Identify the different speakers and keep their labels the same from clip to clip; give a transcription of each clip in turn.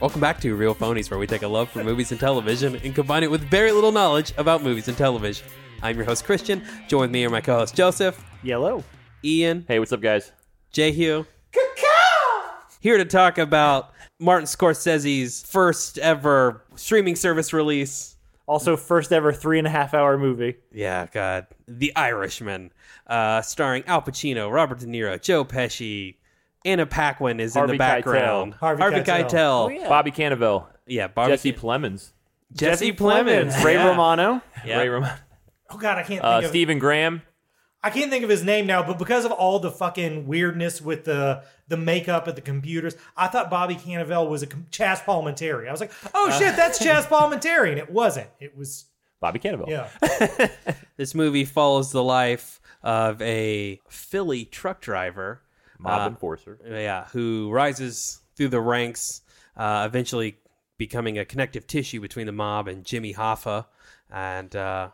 Speaker 1: Welcome back to Real Phonies, where we take a love for movies and television and combine it with very little knowledge about movies and television. I'm your host, Christian. Join me and my co host, Joseph,
Speaker 2: Yellow.
Speaker 1: Ian,
Speaker 3: Hey, what's up, guys?
Speaker 1: J. Hugh. Here to talk about Martin Scorsese's first ever streaming service release,
Speaker 2: Also, first ever three and a half hour movie.
Speaker 1: Yeah, God. The Irishman, uh, starring Al Pacino, Robert De Niro, Joe Pesci. Anna Paquin is in
Speaker 2: Harvey
Speaker 1: the background.
Speaker 2: Keitel.
Speaker 1: Harvey, Keitel. Oh, yeah.
Speaker 3: Bobby Cannavale,
Speaker 1: Barbie
Speaker 3: Jesse Plemons,
Speaker 1: Jesse Plemons.
Speaker 2: Ray
Speaker 1: yeah.
Speaker 2: Romano.
Speaker 1: Yeah.
Speaker 3: Ray Romano,
Speaker 4: Oh god, I can't think
Speaker 3: uh,
Speaker 4: of
Speaker 3: Stephen Graham.
Speaker 4: I can't think of his name now, but because of all the fucking weirdness with the the makeup at the computers, I thought Bobby Cannavale was a com- Chas Palminteri. I was like,
Speaker 3: Uh,
Speaker 4: oh shit, that's Chas Palminteri, and it wasn't. It was
Speaker 3: Bobby Cannavale.
Speaker 4: yeah.
Speaker 1: This movie follows the life of a Philly truck driver.
Speaker 3: Mob
Speaker 1: Uh,
Speaker 3: Enforcer.
Speaker 1: yeah, who rises through the ranks, uh, eventually becoming a connective tissue between the mob and Jimmy Hoffa, and uh,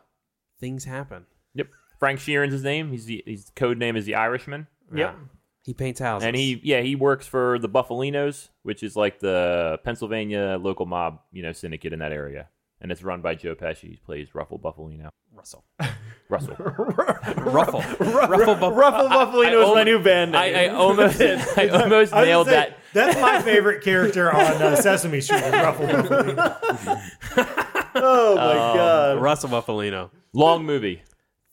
Speaker 1: things happen.
Speaker 3: Yep. Frank Sheeran's his name. He's the, his code name is the Irishman. Uh,
Speaker 2: Yep.
Speaker 1: Uh, He paints houses,
Speaker 3: And he, yeah, he works for the Buffalinos, which is like the Pennsylvania local mob, you know, syndicate in that area. And it's run by Joe Pesci. He plays Ruffle Buffalino.
Speaker 1: Russell
Speaker 3: Russell.
Speaker 1: Ruffle Ruffle Bu-
Speaker 2: Ruffle Buffalino is my
Speaker 3: almo-
Speaker 2: new band name.
Speaker 3: I, I almost, I almost
Speaker 4: I was
Speaker 3: nailed
Speaker 4: gonna say,
Speaker 3: that.
Speaker 4: That's my favorite character on uh, Sesame Street. is Ruffle Buffalo.
Speaker 2: oh my
Speaker 3: Um,
Speaker 2: god.
Speaker 1: Russell Buffalino.
Speaker 3: Long movie.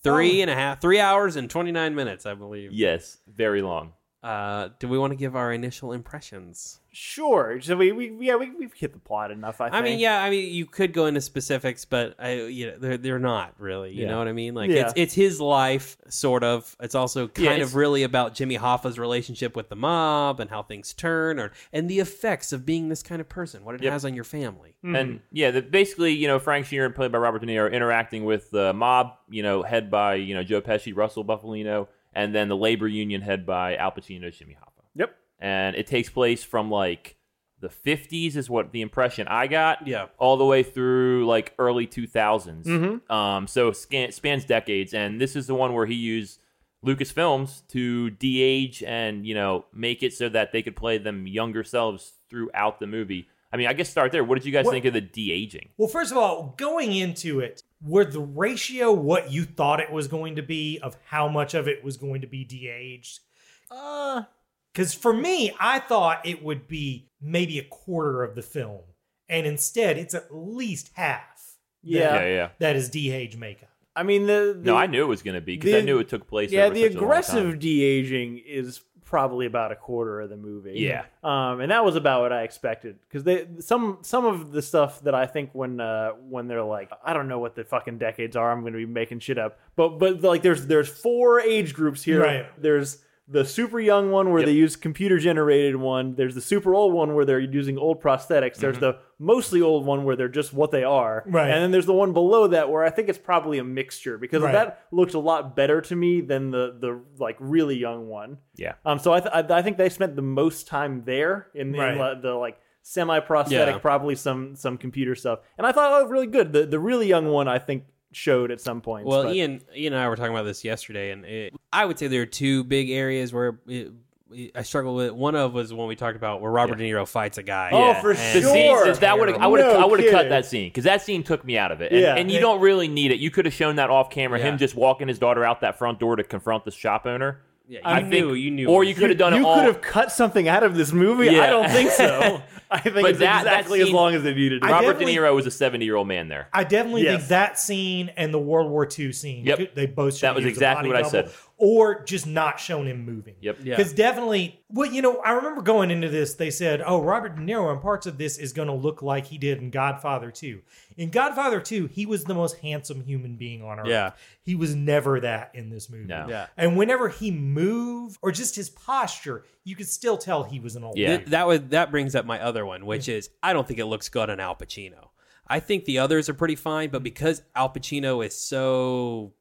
Speaker 1: Three and a half, three hours and twenty nine minutes, I believe.
Speaker 3: Yes, very long.
Speaker 1: Uh, do we want to give our initial impressions?
Speaker 2: Sure. So we, we yeah we we've hit the plot enough. I,
Speaker 1: I
Speaker 2: think.
Speaker 1: mean, yeah, I mean, you could go into specifics, but I, you know, they're they're not really. You
Speaker 3: Yeah.
Speaker 1: know what I mean? Like
Speaker 2: Yeah.
Speaker 1: it's it's his life, sort of. It's also kind
Speaker 3: Yeah,
Speaker 1: of
Speaker 3: it's-
Speaker 1: really about Jimmy Hoffa's relationship with the mob and how things turn, or and the effects of being this kind of person, what it
Speaker 3: Yep.
Speaker 1: has on your family.
Speaker 2: Hmm.
Speaker 3: And yeah, the, basically, you know, Frank Sheeran, played by Robert De Niro, interacting with the mob, you know, head by you know Joe Pesci, Russell Buffalino, and then the labor union head by Al Pacino, Jimmy Hoffa.
Speaker 2: Yep.
Speaker 3: And it takes place from like the 50s is what the impression I got.
Speaker 1: Yeah.
Speaker 3: All the way through like early 2000s.
Speaker 2: Mm-hmm.
Speaker 3: Um, so scan, spans decades, and this is the one where he used Lucasfilms to de-age and you know make it so that they could play them younger selves throughout the movie. I mean, I guess start there. What did you guys
Speaker 4: What-
Speaker 3: think of the de-aging?
Speaker 4: Well, first of all, going into it, were the ratio what you thought it was going to be of how much of it was going to be de-aged?
Speaker 3: Uh,
Speaker 4: Because for me, I thought it would be maybe a quarter of the film, and instead, it's at least half.
Speaker 2: Yeah.
Speaker 3: yeah, yeah.
Speaker 4: that is de-age makeup.
Speaker 2: I mean the, the
Speaker 3: No, I knew it was going to be because I
Speaker 2: the-
Speaker 3: knew it took place.
Speaker 2: Yeah,
Speaker 3: over
Speaker 2: the
Speaker 3: such a long
Speaker 2: aggressive
Speaker 3: time.
Speaker 2: de aging is probably about a quarter of the movie.
Speaker 3: Yeah.
Speaker 2: um, and that was about what I expected because they some some of the stuff that I think when uh, when they're like I don't know what the fucking decades are I'm going to be making shit up but but like there's there's four age groups here
Speaker 4: Right.
Speaker 2: there's the super young one where
Speaker 3: Yep.
Speaker 2: they use computer generated one there's the super old one where they're using old prosthetics there's
Speaker 3: Mm-hmm.
Speaker 2: the mostly old one where they're just what they are
Speaker 4: Right.
Speaker 2: and then there's the one below that where I think it's probably a mixture because
Speaker 4: Right.
Speaker 2: that looked a lot better to me than the the like really young one.
Speaker 3: Yeah.
Speaker 2: Um. So I th- I, I think they spent the most time there in, in
Speaker 4: Right.
Speaker 2: the, the like semi prosthetic,
Speaker 1: Yeah.
Speaker 2: probably some some computer stuff, and I thought oh really good. The the really young one I think showed at some point.
Speaker 1: Well, Ian, Ian and I were talking about this yesterday, and it, I would say there are two big areas where it, I struggle with. it. One of was when we talked about where Robert De Niro fights a guy.
Speaker 2: Oh, for
Speaker 3: The
Speaker 2: sure.
Speaker 3: scenes that would I would have
Speaker 2: No
Speaker 3: I would have cut
Speaker 2: kidding.
Speaker 3: that scene because that scene took me out of it. And,
Speaker 2: Yeah.
Speaker 3: and you don't really need it. You could have shown that off camera,
Speaker 1: Yeah.
Speaker 3: him just walking his daughter out that front door to confront the shop owner.
Speaker 1: Yeah,
Speaker 3: I
Speaker 1: you
Speaker 3: think-
Speaker 1: knew- you knew
Speaker 3: or
Speaker 1: it
Speaker 3: you
Speaker 1: was-
Speaker 3: could have done
Speaker 2: you
Speaker 3: it all.
Speaker 2: could have cut something out of this movie. I
Speaker 3: Yeah.
Speaker 2: don't think so. I think
Speaker 3: But
Speaker 2: it's
Speaker 3: that- that
Speaker 2: exactly as
Speaker 3: scene-
Speaker 2: long as they needed. it.
Speaker 4: I
Speaker 3: Robert De
Speaker 4: definitely-
Speaker 3: Niro was a seventy year old man there.
Speaker 4: I definitely
Speaker 2: Yes.
Speaker 4: think that scene and the World War II scene.
Speaker 3: Yep.
Speaker 4: They both should
Speaker 3: That was
Speaker 4: use a
Speaker 3: exactly what
Speaker 4: body
Speaker 3: I
Speaker 4: double,
Speaker 3: said.
Speaker 4: Or just not shown him moving.
Speaker 3: Yep.
Speaker 1: Yeah.
Speaker 4: Because definitely, well, you know, I remember going into this, they said, oh, Robert De Niro in parts of this is going to look like he did in Godfather 2. In Godfather 2, he was the most handsome human being on earth.
Speaker 1: Yeah.
Speaker 4: He was never that in this movie.
Speaker 3: No.
Speaker 1: Yeah.
Speaker 4: And whenever he moved or just his posture, you could still tell he was an old
Speaker 3: Yeah.
Speaker 1: Th- that was that brings up my other one, which is I don't think it looks good on Al Pacino. I think the others are pretty fine, but because Al Pacino is so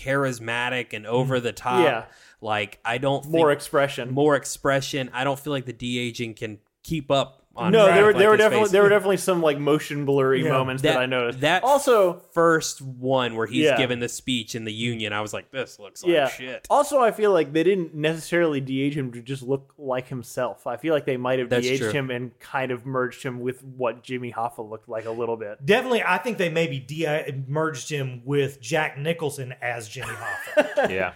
Speaker 1: charismatic and over the top,
Speaker 2: Yeah.
Speaker 1: like I don't
Speaker 2: more
Speaker 1: think,
Speaker 2: expression.
Speaker 1: more expression. I don't feel like the de aging can keep up on
Speaker 2: no, there were
Speaker 1: Ratcliffe's
Speaker 2: there were definitely
Speaker 1: face.
Speaker 2: there were definitely some like motion blurry
Speaker 4: Yeah.
Speaker 2: moments that, I noticed.
Speaker 1: That
Speaker 2: also,
Speaker 1: first one where he's
Speaker 2: Yeah.
Speaker 1: giving the speech in the union, I was like, this looks like
Speaker 2: yeah.
Speaker 1: shit.
Speaker 2: Also, I feel like they didn't necessarily de-age him to just look like himself. I feel like they might have
Speaker 1: That's
Speaker 2: de-aged
Speaker 1: true.
Speaker 2: him and kind of merged him with what Jimmy Hoffa looked like a little bit.
Speaker 4: Definitely, I think they maybe de- merged him with Jack Nicholson as Jimmy Hoffa.
Speaker 3: yeah.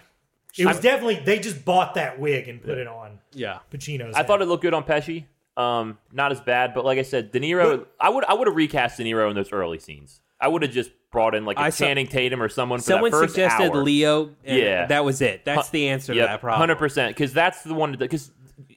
Speaker 4: it was definitely they just bought that wig and put it on
Speaker 1: Yeah.
Speaker 4: Pacino's.
Speaker 3: I
Speaker 4: head.
Speaker 3: thought it looked good on Pesci. Um, not as bad, but like I said, De Niro. I would I would have recast De Niro in those early scenes. I would have just brought in like a
Speaker 1: I saw-
Speaker 3: Channing Tatum or someone. For
Speaker 1: Someone
Speaker 3: that first
Speaker 1: suggested
Speaker 3: hour.
Speaker 1: Leo. And
Speaker 3: Yeah.
Speaker 1: That was it. That's the answer to that problem.
Speaker 3: Hundred percent, because that's the one. Because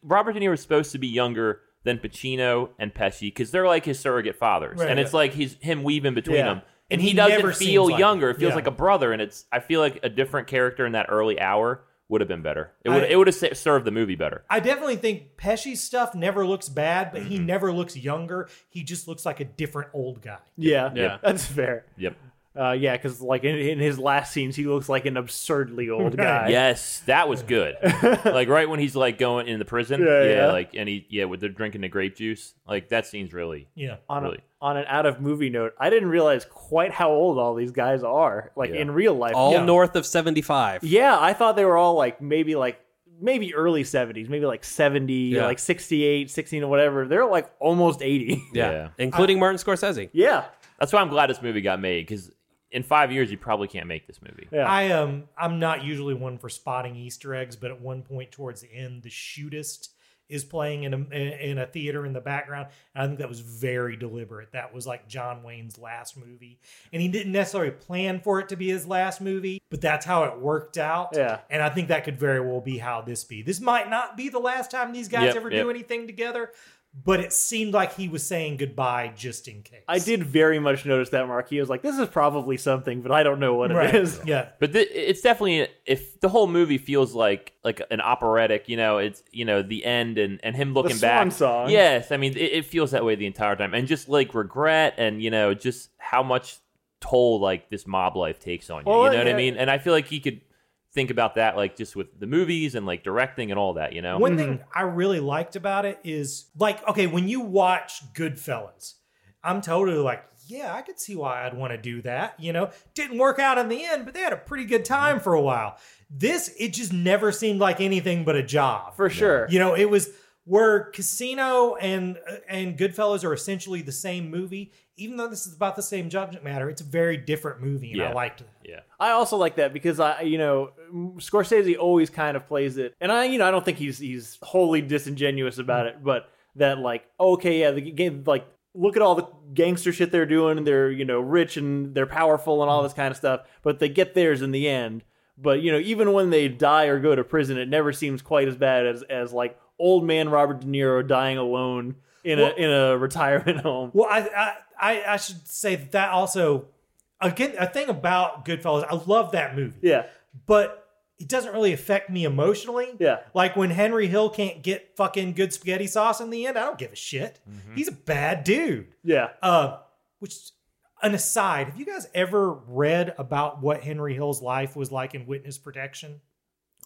Speaker 3: Robert De Niro is supposed to be younger than Pacino and Pesci, because they're like his surrogate fathers,
Speaker 4: Right.
Speaker 3: and it's like he's him weaving between
Speaker 2: Yeah.
Speaker 3: them,
Speaker 4: And
Speaker 3: and
Speaker 4: he
Speaker 3: he, doesn't
Speaker 4: never
Speaker 3: feel
Speaker 4: seems like
Speaker 3: younger.
Speaker 4: him.
Speaker 3: It feels
Speaker 4: Yeah.
Speaker 3: like a brother, and it's I feel like a different character in that early hour would have been better. It would
Speaker 4: I-
Speaker 3: it would have se- served the movie better.
Speaker 4: I definitely think Pesci's stuff never looks bad, but he never looks younger. He just looks like a different old guy.
Speaker 2: Yeah,
Speaker 1: Yeah.
Speaker 2: that's fair.
Speaker 3: Yep.
Speaker 2: Uh, yeah, because like in, in his last scenes, he looks like an absurdly old guy.
Speaker 3: Yes, that was good. like right when he's like going in the prison,
Speaker 2: Yeah, yeah.
Speaker 3: like and he yeah, with they're drinking the grape juice. Like that scene's really
Speaker 4: Yeah.
Speaker 2: On,
Speaker 3: Really.
Speaker 2: a, on an out of movie note, I didn't realize quite how old all these guys are, like
Speaker 3: Yeah.
Speaker 2: in real life.
Speaker 1: All
Speaker 4: Yeah.
Speaker 1: north of 75.
Speaker 2: yeah, I thought they were all like maybe like maybe early 70s, maybe like 70,
Speaker 1: Yeah.
Speaker 2: like 68, 16 or whatever. They're like almost 80.
Speaker 1: Yeah.
Speaker 3: Yeah.
Speaker 1: Including Martin Scorsese.
Speaker 2: yeah.
Speaker 3: That's why I'm glad this movie got made because in five years you probably can't make this movie.
Speaker 2: Yeah.
Speaker 4: I um I'm not usually one for spotting Easter eggs, but at one point towards the end, the shootist is playing in a in a theater in the background, and I think that was very deliberate. That was like John Wayne's last movie, and he didn't necessarily plan for it to be his last movie, but that's how it worked out.
Speaker 2: Yeah.
Speaker 4: and I think that could very well be how this be. This might not be the last time these guys
Speaker 3: Yep,
Speaker 4: ever
Speaker 3: yep.
Speaker 4: do anything together, but it seemed like he was saying goodbye just in case.
Speaker 2: I did very much notice that, Mark. He was like, this is probably something, but I don't know what
Speaker 4: Right.
Speaker 2: it is.
Speaker 4: Yeah.
Speaker 3: But th- it's definitely if the whole movie feels like like an operatic, you know, it's you know the end and and him looking
Speaker 2: swan
Speaker 3: back.
Speaker 2: song.
Speaker 3: Yes, I mean it, it feels that way the entire time, and just like regret and you know just how much toll like this mob life takes on you.
Speaker 2: Well,
Speaker 3: you know what
Speaker 2: yeah.
Speaker 3: I mean? And I feel like he could think about that like just with the movies and like directing and all that. You know?
Speaker 4: One
Speaker 2: Mm-hmm.
Speaker 4: thing I really liked about it is like, okay, when you watch Goodfellas, I'm totally like, yeah, I could see why I'd want to do that. You know, didn't work out in the end, but they had a pretty good
Speaker 2: Mm-hmm.
Speaker 4: time for a while. This, it just never seemed like anything but a job.
Speaker 2: For sure.
Speaker 4: You know, it was where Casino and uh, and Goodfellas are essentially the same movie, even though this is about the same subject matter. It's a very different movie, and I
Speaker 3: Yeah.
Speaker 4: liked that.
Speaker 3: Yeah.
Speaker 2: I also like that because I, you know, Scorsese always kind of plays it, and I, you know, I don't think he's he's wholly disingenuous about it, but that like, okay, yeah, the game, like, look at all the gangster shit they're doing, they're you know rich and they're powerful and all this kind of stuff, but they get theirs in the end. But you know, even when they die or go to prison, it never seems quite as bad as as like old man Robert De Niro dying alone in
Speaker 4: Well-
Speaker 2: a in a retirement home.
Speaker 4: Well, I, I I I should say that, that also again a thing about Goodfellas. I love that movie,
Speaker 2: Yeah,
Speaker 4: but it doesn't really affect me emotionally.
Speaker 2: Yeah.
Speaker 4: like when Henry Hill can't get fucking good spaghetti sauce in the end, I don't give a shit.
Speaker 2: Mm-hmm.
Speaker 4: He's a bad dude.
Speaker 2: yeah.
Speaker 4: Uh, which an aside, have you guys ever read about what Henry Hill's life was like in witness protection?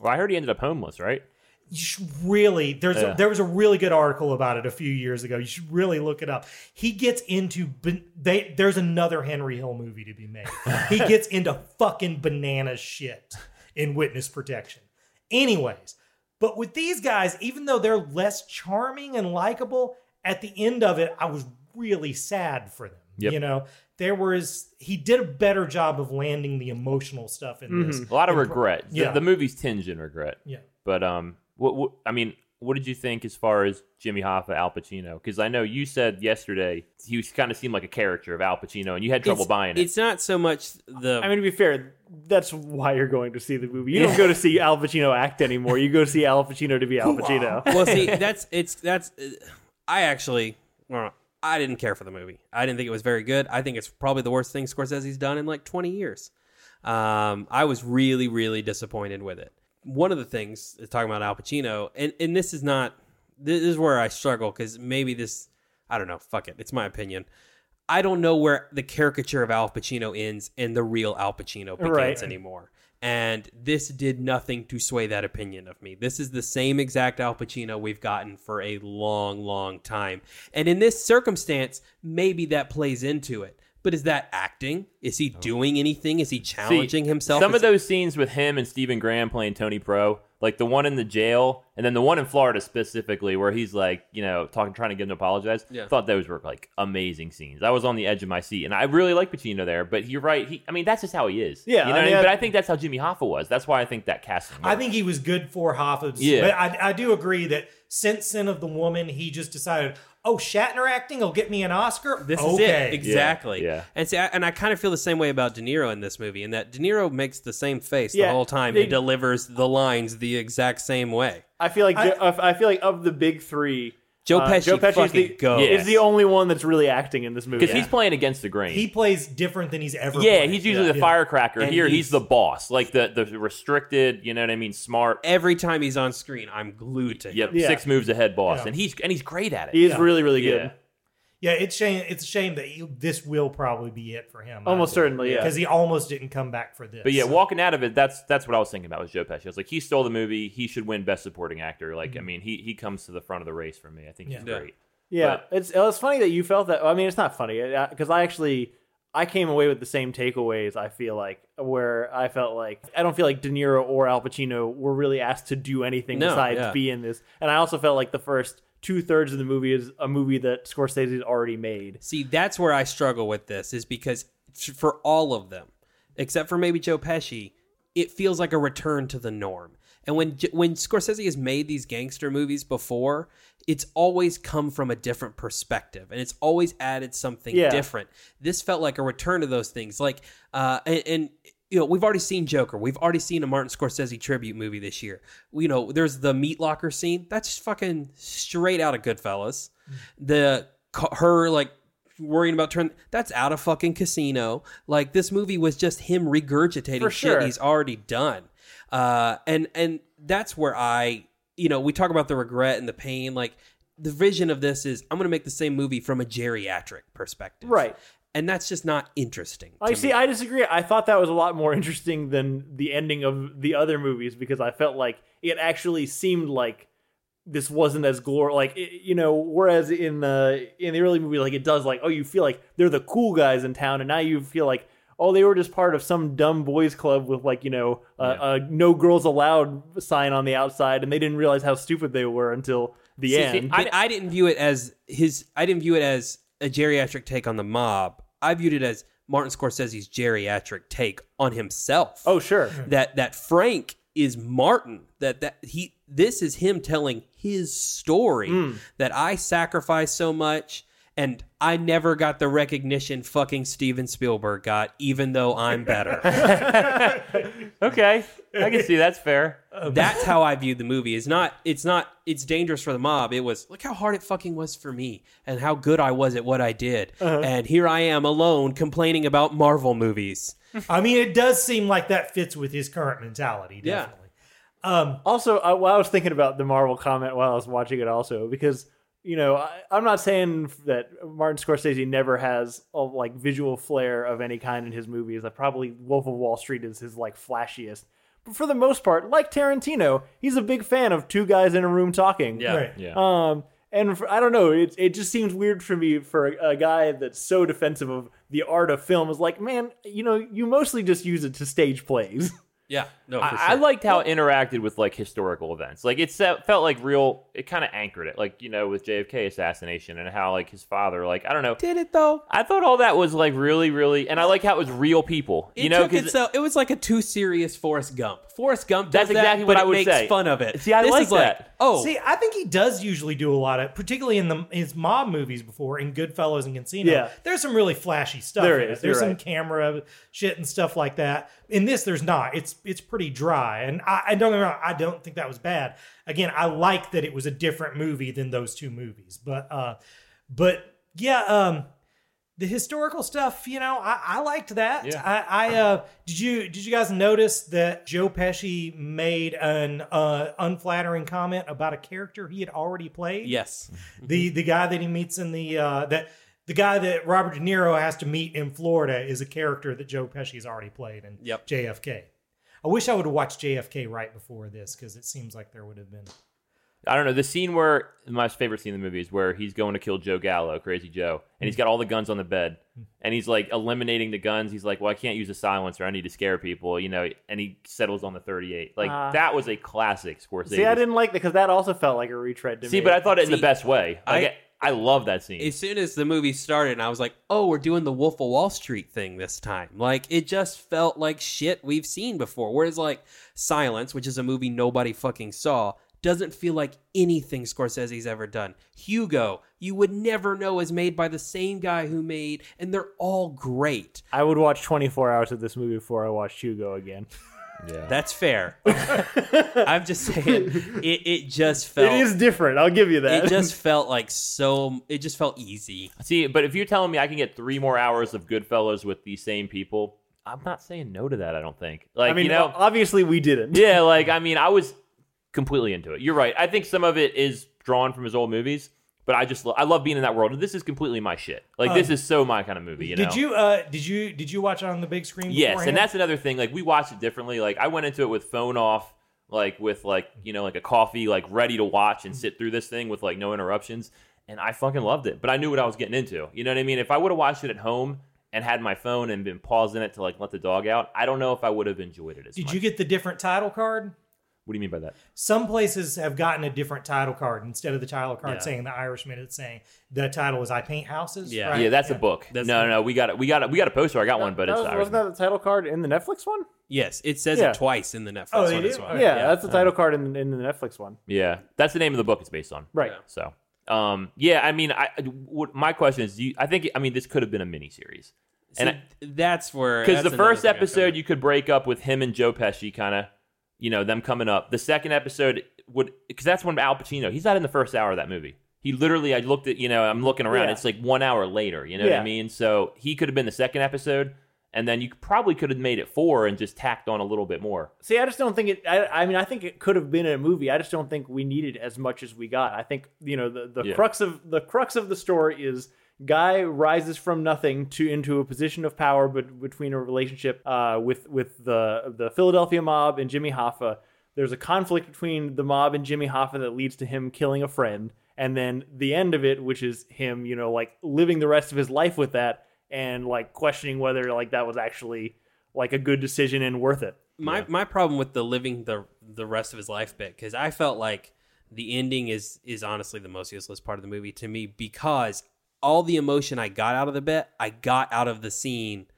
Speaker 3: Well, I heard he ended up homeless, right?
Speaker 4: you should really there's
Speaker 3: Yeah.
Speaker 4: a, there was a really good article about it a few years ago. You should really look it up. He gets into ban- they there's another Henry Hill movie to be made. he gets into fucking banana shit in witness protection. Anyways, but with these guys, even though they're less charming and likable, at the end of it, I was really sad for them.
Speaker 3: Yep.
Speaker 4: You know, there was he did a better job of landing the emotional stuff in this.
Speaker 3: A lot of
Speaker 4: And-
Speaker 3: regret. The-
Speaker 4: Yeah.
Speaker 3: The, movie's tinged in regret.
Speaker 4: Yeah.
Speaker 3: But um, what, what I mean, what did you think as far as Jimmy Hoffa, Al Pacino? Because I know you said yesterday he was kind of seemed like a character of Al Pacino, and you had trouble
Speaker 1: it's,
Speaker 3: buying it.
Speaker 1: It's not so much the.
Speaker 2: I mean, to be fair, that's why you're going to see the movie. You don't go to see Al Pacino act anymore. You go see Al Pacino to be Al Pacino.
Speaker 1: well, see, that's it's that's. uh, I actually, well, I didn't care for the movie. I didn't think it was very good. I think it's probably the worst thing Scorsese's done in like twenty years. Um, I was really, really disappointed with it. One of the things is talking about Al Pacino, and and this is not. This is where I struggle because maybe this. I don't know. Fuck it. It's my opinion. I don't know where the caricature of Al Pacino ends and the real Al Pacino begins
Speaker 2: Right.
Speaker 1: anymore. And this did nothing to sway that opinion of me. This is the same exact Al Pacino we've gotten for a long, long time. And in this circumstance, maybe that plays into it. But is that acting? Is he doing anything? Is he challenging
Speaker 3: See,
Speaker 1: himself?
Speaker 3: Some of
Speaker 1: Is-
Speaker 3: those scenes with him and Stephen Graham playing Tony Pro, like the one in the jail, and then the one in Florida specifically, where he's like, you know, talking, trying to get him to apologize.
Speaker 1: Yeah.
Speaker 3: Thought those were like amazing scenes. I was on the edge of my seat, and I really like Pacino there. But you're right. He, I mean, that's just how he is. you know.
Speaker 2: Yeah, I
Speaker 3: what I
Speaker 2: mean,
Speaker 3: mean? But
Speaker 2: I-
Speaker 3: I think that's how Jimmy Hoffa was. That's why I think that casting.
Speaker 4: I
Speaker 3: worked.
Speaker 4: think he was good for Hoffa.
Speaker 3: Yeah.
Speaker 4: But I, I do agree that since Sin of the Woman, he just decided, oh, Shatner acting will get me an Oscar?
Speaker 1: This
Speaker 4: okay.
Speaker 1: is it exactly.
Speaker 3: yeah.
Speaker 1: And see, I, and I kind of feel the same way about De Niro in this movie, in that De Niro makes the same face
Speaker 2: Yeah,
Speaker 1: the whole time
Speaker 2: they-
Speaker 1: and delivers the lines the exact same way.
Speaker 2: I feel like
Speaker 4: I-
Speaker 2: Jo- I, feel like of the big three,
Speaker 1: Joe
Speaker 2: uh,
Speaker 1: Pesci
Speaker 2: Joe Pesci is
Speaker 1: fucking
Speaker 2: the,
Speaker 1: goes.
Speaker 2: is the only one that's really acting in this movie.
Speaker 3: because he's playing against the grain.
Speaker 4: He plays different than he's ever
Speaker 3: yeah,
Speaker 4: played.
Speaker 3: he's usually the
Speaker 4: Yeah.
Speaker 3: firecracker.
Speaker 1: And
Speaker 3: Here, he's,
Speaker 1: he's-
Speaker 3: the boss, like the the restricted. You know what I mean? Smart.
Speaker 1: Every time he's on screen, I'm glued to him.
Speaker 3: Yep,
Speaker 2: Yeah.
Speaker 3: six moves ahead, boss,
Speaker 4: Yeah.
Speaker 3: and he's and he's great at it.
Speaker 2: he is
Speaker 4: Yeah.
Speaker 2: really really
Speaker 3: yeah.
Speaker 2: good.
Speaker 4: Yeah, it's shame. It's a shame that he, this will probably be it for him.
Speaker 2: Almost certainly, yeah.
Speaker 4: because he almost didn't come back for this.
Speaker 3: But yeah, walking out of it, that's that's what I was thinking about was Joe Pesci. I was like, he stole the movie. He should win Best Supporting Actor. Like, I mean, he he comes to the front of the race for me. I think he's
Speaker 1: Yeah.
Speaker 3: great.
Speaker 2: Yeah, it's it's funny that you felt that. I mean, it's not funny because I actually I came away with the same takeaways. I feel like where I felt like I don't feel like De Niro or Al Pacino were really asked to do anything
Speaker 1: No,
Speaker 2: besides
Speaker 1: yeah.
Speaker 2: be in this. And I also felt like the first two thirds of the movie is a movie that Scorsese's already made.
Speaker 1: See, that's where I struggle with this is because t- for all of them, except for maybe Joe Pesci, it feels like a return to the norm. And when J- when Scorsese has made these gangster movies before, it's always come from a different perspective, and it's always added something
Speaker 2: Yeah.
Speaker 1: different. This felt like a return to those things. Like, uh, and, and you know, we've already seen Joker. We've already seen a Martin Scorsese tribute movie this year. You know, there's the meat locker scene. That's fucking straight out of Goodfellas.
Speaker 2: Mm-hmm.
Speaker 1: The ca- her like worrying about turn that's out of fucking casino like this movie was just him regurgitating
Speaker 2: For
Speaker 1: shit
Speaker 2: sure.
Speaker 1: he's already done uh and and that's where i you know we talk about the regret and the pain like the vision of this is i'm gonna make the same movie from a geriatric perspective
Speaker 2: Right.
Speaker 1: and that's just not interesting
Speaker 2: I
Speaker 1: to
Speaker 2: see.
Speaker 1: me.
Speaker 2: I disagree. I thought that was a lot more interesting than the ending of the other movies because I felt like it actually seemed like this wasn't as glor like it, you know. Whereas in the in the early movie, like it does, like oh, you feel like they're the cool guys in town, and now you feel like oh, they were just part of some dumb boys club with like you know a, a no girls allowed sign on the outside, and they didn't realize how stupid they were until the
Speaker 3: See,
Speaker 2: end.
Speaker 3: see,
Speaker 1: I, I didn't view it as his i didn't view it as a geriatric take on the mob i viewed it as martin scorsese's geriatric take on himself
Speaker 2: oh sure,
Speaker 1: that that Frank is Martin that that he this is him telling his story that I sacrificed so much and I never got the recognition fucking Steven Spielberg got even though I'm better.
Speaker 3: Okay, I can see that's fair.
Speaker 1: That's how I viewed the movie. It's not it's not it's dangerous for the mob. It was look how hard it fucking was for me and how good I was at what I did. And here I am alone complaining about Marvel movies.
Speaker 4: I mean, it does seem like that fits with his current mentality.
Speaker 1: Yeah.
Speaker 4: Definitely.
Speaker 2: Also, I, well, I was thinking about the Marvel comment while I was watching it, also because you know I, I'm not saying that Martin Scorsese never has a, like visual flair of any kind in his movies. That probably Wolf of Wall Street is his like flashiest, but for the most part, like Tarantino, he's a big fan of two guys in a room talking.
Speaker 3: Yeah,
Speaker 4: Right.
Speaker 3: yeah.
Speaker 2: Um, and for, I don't know, it it just seems weird for me for a, a guy that's so defensive of the art of film is like, man, you know, you mostly just use it to stage plays.
Speaker 1: Yeah, no, for
Speaker 3: I,
Speaker 1: sure.
Speaker 3: I liked how it interacted with like historical events. Like it se- felt like real. It kind of anchored it, like you know, with JFK assassination and how like his father, like I don't know.
Speaker 1: did it though.
Speaker 3: I thought all that was like really, really, and I like how it was real people.
Speaker 1: It
Speaker 3: you know,
Speaker 1: took itself, it was like a too serious Forrest Gump. Forrest Gump does
Speaker 3: That's exactly
Speaker 1: that,
Speaker 3: what
Speaker 1: but
Speaker 3: I would
Speaker 1: it makes
Speaker 3: say.
Speaker 1: fun of it.
Speaker 3: See, I
Speaker 1: this
Speaker 3: like
Speaker 1: is like,
Speaker 3: that.
Speaker 1: oh,
Speaker 4: See, I think he does usually do a lot of, particularly in the his mob movies before, in Goodfellas and Casino.
Speaker 2: Yeah.
Speaker 4: there's some really flashy stuff.
Speaker 2: There
Speaker 4: in it.
Speaker 2: is,
Speaker 4: There's
Speaker 2: you're
Speaker 4: some
Speaker 2: right.
Speaker 4: camera shit and stuff like that. In this, there's not. It's it's pretty dry. And I, I don't get me wrong, I don't think that was bad. Again, I like that it was a different movie than those two movies. But uh, but yeah, um, the historical stuff, you know, I, I liked that.
Speaker 3: Yeah.
Speaker 4: I, I uh, did you did you guys notice that Joe Pesci made an uh, unflattering comment about a character he had already played?
Speaker 1: yes,
Speaker 4: the
Speaker 3: Mm-hmm.
Speaker 4: the guy that he meets in the uh, that the guy that Robert De Niro has to meet in Florida is a character that Joe Pesci has already played in
Speaker 1: Yep.
Speaker 4: JFK. I wish I would have watched JFK right before this because it seems like there would have been.
Speaker 3: I don't know. The scene where my favorite scene in the movie is where he's going to kill Joe Gallo, Crazy Joe, and he's got all the guns on the bed, and he's like eliminating the guns. He's like, "Well, I can't use a silencer. I need to scare people," you know. And he settles on the 38. Like
Speaker 1: Uh-huh.
Speaker 2: Ah.
Speaker 3: that was a classic Scorsese.
Speaker 2: See, I didn't like that because that also felt like a retread to
Speaker 3: See,
Speaker 2: me.
Speaker 3: but I thought it in
Speaker 1: See,
Speaker 3: the best way. Like,
Speaker 1: I-
Speaker 3: I I love that scene.
Speaker 1: as soon as the movie started, I was like, "Oh, we're doing the Wolf of Wall Street thing this time." Like it just felt like shit we've seen before. Whereas like Silence, which is a movie nobody fucking saw, doesn't feel like anything Scorsese's ever done. Hugo, you would never know is made by the same guy who made, and they're all great.
Speaker 2: I would watch 24 hours of this movie before I watched Hugo again.
Speaker 1: That's fair. I'm just saying, it it just felt
Speaker 2: It is different. I'll give you that.
Speaker 1: it just felt like so. It just felt easy.
Speaker 3: See, but if you're telling me I can get three more hours of Goodfellas with these same people, I'm not saying no to that. I don't think. Like
Speaker 2: I mean,
Speaker 3: you know,
Speaker 2: obviously we didn't.
Speaker 3: yeah, like I mean, I was completely into it. You're right. I think some of it is drawn from his old movies, but I just lo- I love being in that world. This is completely my shit. Like this is so my kind of movie. You know?
Speaker 4: Um, Did you uh did you did you watch it on the big screen?
Speaker 3: Yes, and
Speaker 4: beforehand?
Speaker 3: that's another thing. Like we watched it differently. Like I went into it with phone off, like with like you know like a coffee, like ready to watch and sit through this thing with like no interruptions, and I fucking loved it. But I knew what I was getting into. You know what I mean? If I would have watched it at home and had my phone and been pausing it to like let the dog out, I don't know if I would have enjoyed it as
Speaker 4: Did
Speaker 3: much.
Speaker 4: you get the different title card?
Speaker 3: what do you mean by that?
Speaker 4: Some places have gotten a different title card instead of the title card
Speaker 1: Yeah.
Speaker 4: saying The Irishman. It's saying the title was I Paint Houses.
Speaker 1: Yeah.
Speaker 4: right?
Speaker 3: Yeah, that's a book.
Speaker 1: That's-
Speaker 3: no, no, no, we got it. We got it. We got a poster. I got one, but
Speaker 2: That
Speaker 3: it's
Speaker 2: was,
Speaker 3: not
Speaker 2: wasn't that the title card in the Netflix one?
Speaker 1: Yes, it says
Speaker 2: Yeah.
Speaker 1: it twice in the Netflix
Speaker 4: Oh, they
Speaker 1: one
Speaker 4: do?
Speaker 1: as well.
Speaker 4: All
Speaker 2: Yeah,
Speaker 4: right,
Speaker 2: that's the title card in, in the Netflix one.
Speaker 3: Yeah, that's the name of the book it's based on.
Speaker 2: Right.
Speaker 3: So, um, yeah, I mean, I what, my question is, do you, I think I mean this could have been a miniseries,
Speaker 1: and that's where
Speaker 3: because the
Speaker 1: that's another
Speaker 3: first
Speaker 1: thing I've
Speaker 3: episode
Speaker 1: come-
Speaker 3: you could break up with him and Joe Pesci, kind of, you know, them coming up. The second episode would because that's when Al Pacino. He's not in the first hour of that movie. He literally, I looked at, you know, I'm looking around.
Speaker 2: Yeah.
Speaker 3: It's like one hour later. You know what
Speaker 2: Yeah.
Speaker 3: I mean? So he could have been the second episode, and then you probably could have made it four and just tacked on a little bit more.
Speaker 2: See, I just don't think it. I, I mean, I think it could have been a movie. I just don't think we needed as much as we got. I think you know the, the
Speaker 3: Yeah.
Speaker 2: crux of the crux of the story is guy rises from nothing to into a position of power, but between a relationship uh, with with the the Philadelphia mob and Jimmy Hoffa. There's a conflict between the mob and Jimmy Hoffa that leads to him killing a friend, and then the end of it, which is him, you know, like living the rest of his life with that and like questioning whether like that was actually like a good decision and worth it.
Speaker 1: my my problem with the living the the rest of his life bit because I felt like the ending is is honestly the most useless part of the movie to me because all the emotion I got out of the bit I got out of the scene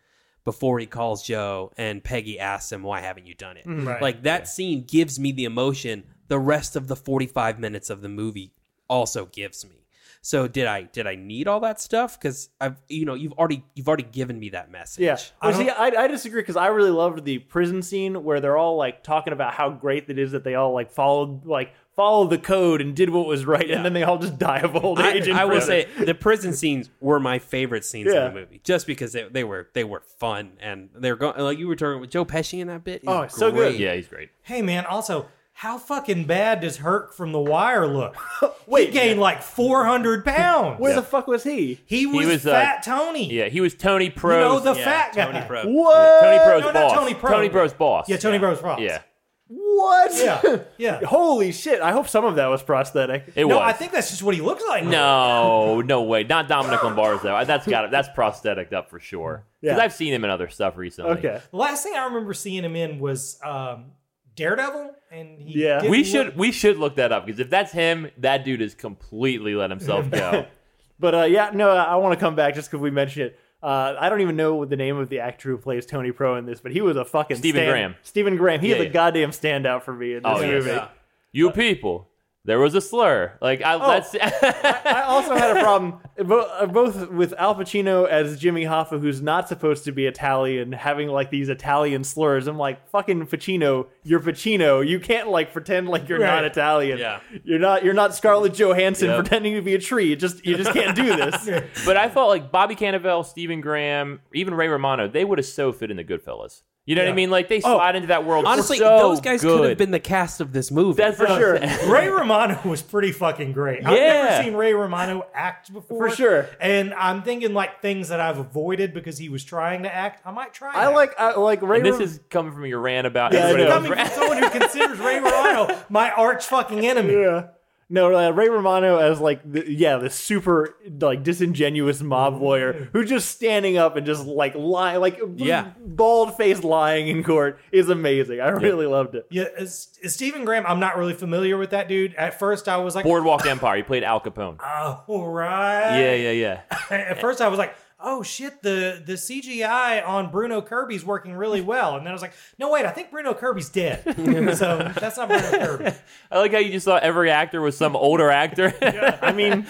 Speaker 1: before he calls Joe and Peggy asks him why haven't you done it
Speaker 4: Right.
Speaker 1: like that scene gives me the emotion the rest of the 45 minutes of the movie also gives me so did I did I need all that stuff cuz I've you know you've already you've already given me that message
Speaker 2: Yeah.
Speaker 4: I
Speaker 2: Well, see, I, I disagree because I really loved the prison scene where they're all like talking about how great it is that they all like followed like followed the code and did what was right, and then they all just die of old
Speaker 1: I,
Speaker 2: age. In
Speaker 1: I will
Speaker 2: prison.
Speaker 1: say the prison scenes were my favorite scenes
Speaker 2: Yeah.
Speaker 1: in the movie, just because they, they were they were fun and they were going like you were talking with Joe Pesci in that bit. is
Speaker 2: Oh, it's so good.
Speaker 1: great.
Speaker 3: Yeah, he's great.
Speaker 4: Hey man, also how fucking bad does Herc from The Wire look?
Speaker 2: Wait.
Speaker 4: he gained like 400 pounds.
Speaker 2: where the fuck was he?
Speaker 4: he was,
Speaker 3: was, uh,
Speaker 4: Fat Tony.
Speaker 3: Yeah, he was Tony
Speaker 4: you
Speaker 3: Pro.
Speaker 4: know the
Speaker 1: Yeah,
Speaker 4: fat guy.
Speaker 1: Tony Pro.
Speaker 2: What?
Speaker 3: Tony Pro's
Speaker 4: No, not
Speaker 3: boss.
Speaker 4: Tony Pro.
Speaker 3: Pro's boss.
Speaker 4: Yeah, Tony Bro's props.
Speaker 3: Yeah,
Speaker 2: What?
Speaker 4: yeah, yeah.
Speaker 2: Holy shit! I hope some of that was prosthetic.
Speaker 3: it
Speaker 4: no,
Speaker 3: was.
Speaker 4: I think that's just what he looks like.
Speaker 3: no, no way. Not Dominic Lombardozzo. That's got it. That's prosthetic up for sure. Because
Speaker 2: Yeah.
Speaker 3: I've seen him in other stuff recently.
Speaker 2: Okay.
Speaker 4: The last thing I remember seeing him in was um, Daredevil, and he
Speaker 2: Yeah.
Speaker 4: didn't
Speaker 3: We
Speaker 4: look-
Speaker 3: should we should look that up because if that's him, that dude has completely let himself go.
Speaker 2: But uh, yeah, no, I, I want to come back just because we mentioned it. Uh, I don't even know what the name of the actor who plays Tony Pro in this, but he was a fucking
Speaker 3: Stephen
Speaker 2: stand-
Speaker 3: Graham.
Speaker 2: Stephen Graham. He
Speaker 3: Yeah,
Speaker 2: is a
Speaker 3: yeah.
Speaker 2: goddamn standout for me in this
Speaker 3: Oh, yes.
Speaker 2: movie.
Speaker 3: Yeah. you people, there was a slur. Like
Speaker 4: Oh.
Speaker 3: I that's
Speaker 2: I also had a problem bo- uh, both with Al Pacino as Jimmy Hoffa, who's not supposed to be Italian, having like these Italian slurs. I'm like, fucking Pacino, you're Pacino. You can't like pretend like you're not
Speaker 4: Right.
Speaker 2: Italian.
Speaker 1: Yeah.
Speaker 2: You're not. You're not Scarlett Johansson
Speaker 3: Yep.
Speaker 2: pretending to be a tree. You just you just can't do this.
Speaker 3: But I felt like Bobby Cannavale, Stephen Graham, even Ray Romano, they would have so fit into Goodfellas. You know what I
Speaker 4: Yeah. Oh.
Speaker 3: mean? Like they slide into that world.
Speaker 1: Honestly,
Speaker 3: so
Speaker 1: those guys could have
Speaker 3: good.
Speaker 1: been the cast of this movie.
Speaker 3: That's
Speaker 2: For
Speaker 3: what I'm
Speaker 2: sure.
Speaker 3: saying.
Speaker 4: Ray Romano was pretty fucking great. I've
Speaker 3: Yeah.
Speaker 4: never seen Ray Romano act before.
Speaker 2: For sure.
Speaker 4: And I'm thinking like things that I've avoided because he was trying to act. I might try.
Speaker 2: I
Speaker 4: now.
Speaker 2: like I like Ray.
Speaker 3: And this
Speaker 2: Rom-
Speaker 3: is coming from your rant about
Speaker 2: Yeah, I
Speaker 3: everybody
Speaker 2: know.
Speaker 3: else.
Speaker 4: coming from someone who considers Ray Romano my arch fucking enemy.
Speaker 2: yeah. No, uh, Ray Romano as like the, yeah, the super like disingenuous mob lawyer who just standing up and just like lying, like
Speaker 1: Yeah.
Speaker 2: bald faced lying in court is amazing. I really loved it.
Speaker 4: Yeah, is, is Stephen Graham. I'm not really familiar with that dude. At first, I was like,
Speaker 3: Boardwalk Empire. He played Al Capone.
Speaker 4: "Oh right."
Speaker 3: Yeah, yeah, yeah.
Speaker 4: At first, I was like, "Oh shit!" The the CGI on Bruno Kirby's working really well, and then I was like, "No wait, I think Bruno Kirby's dead." so that's not Bruno Kirby.
Speaker 3: I like how you just thought every actor was some older actor.
Speaker 2: I mean,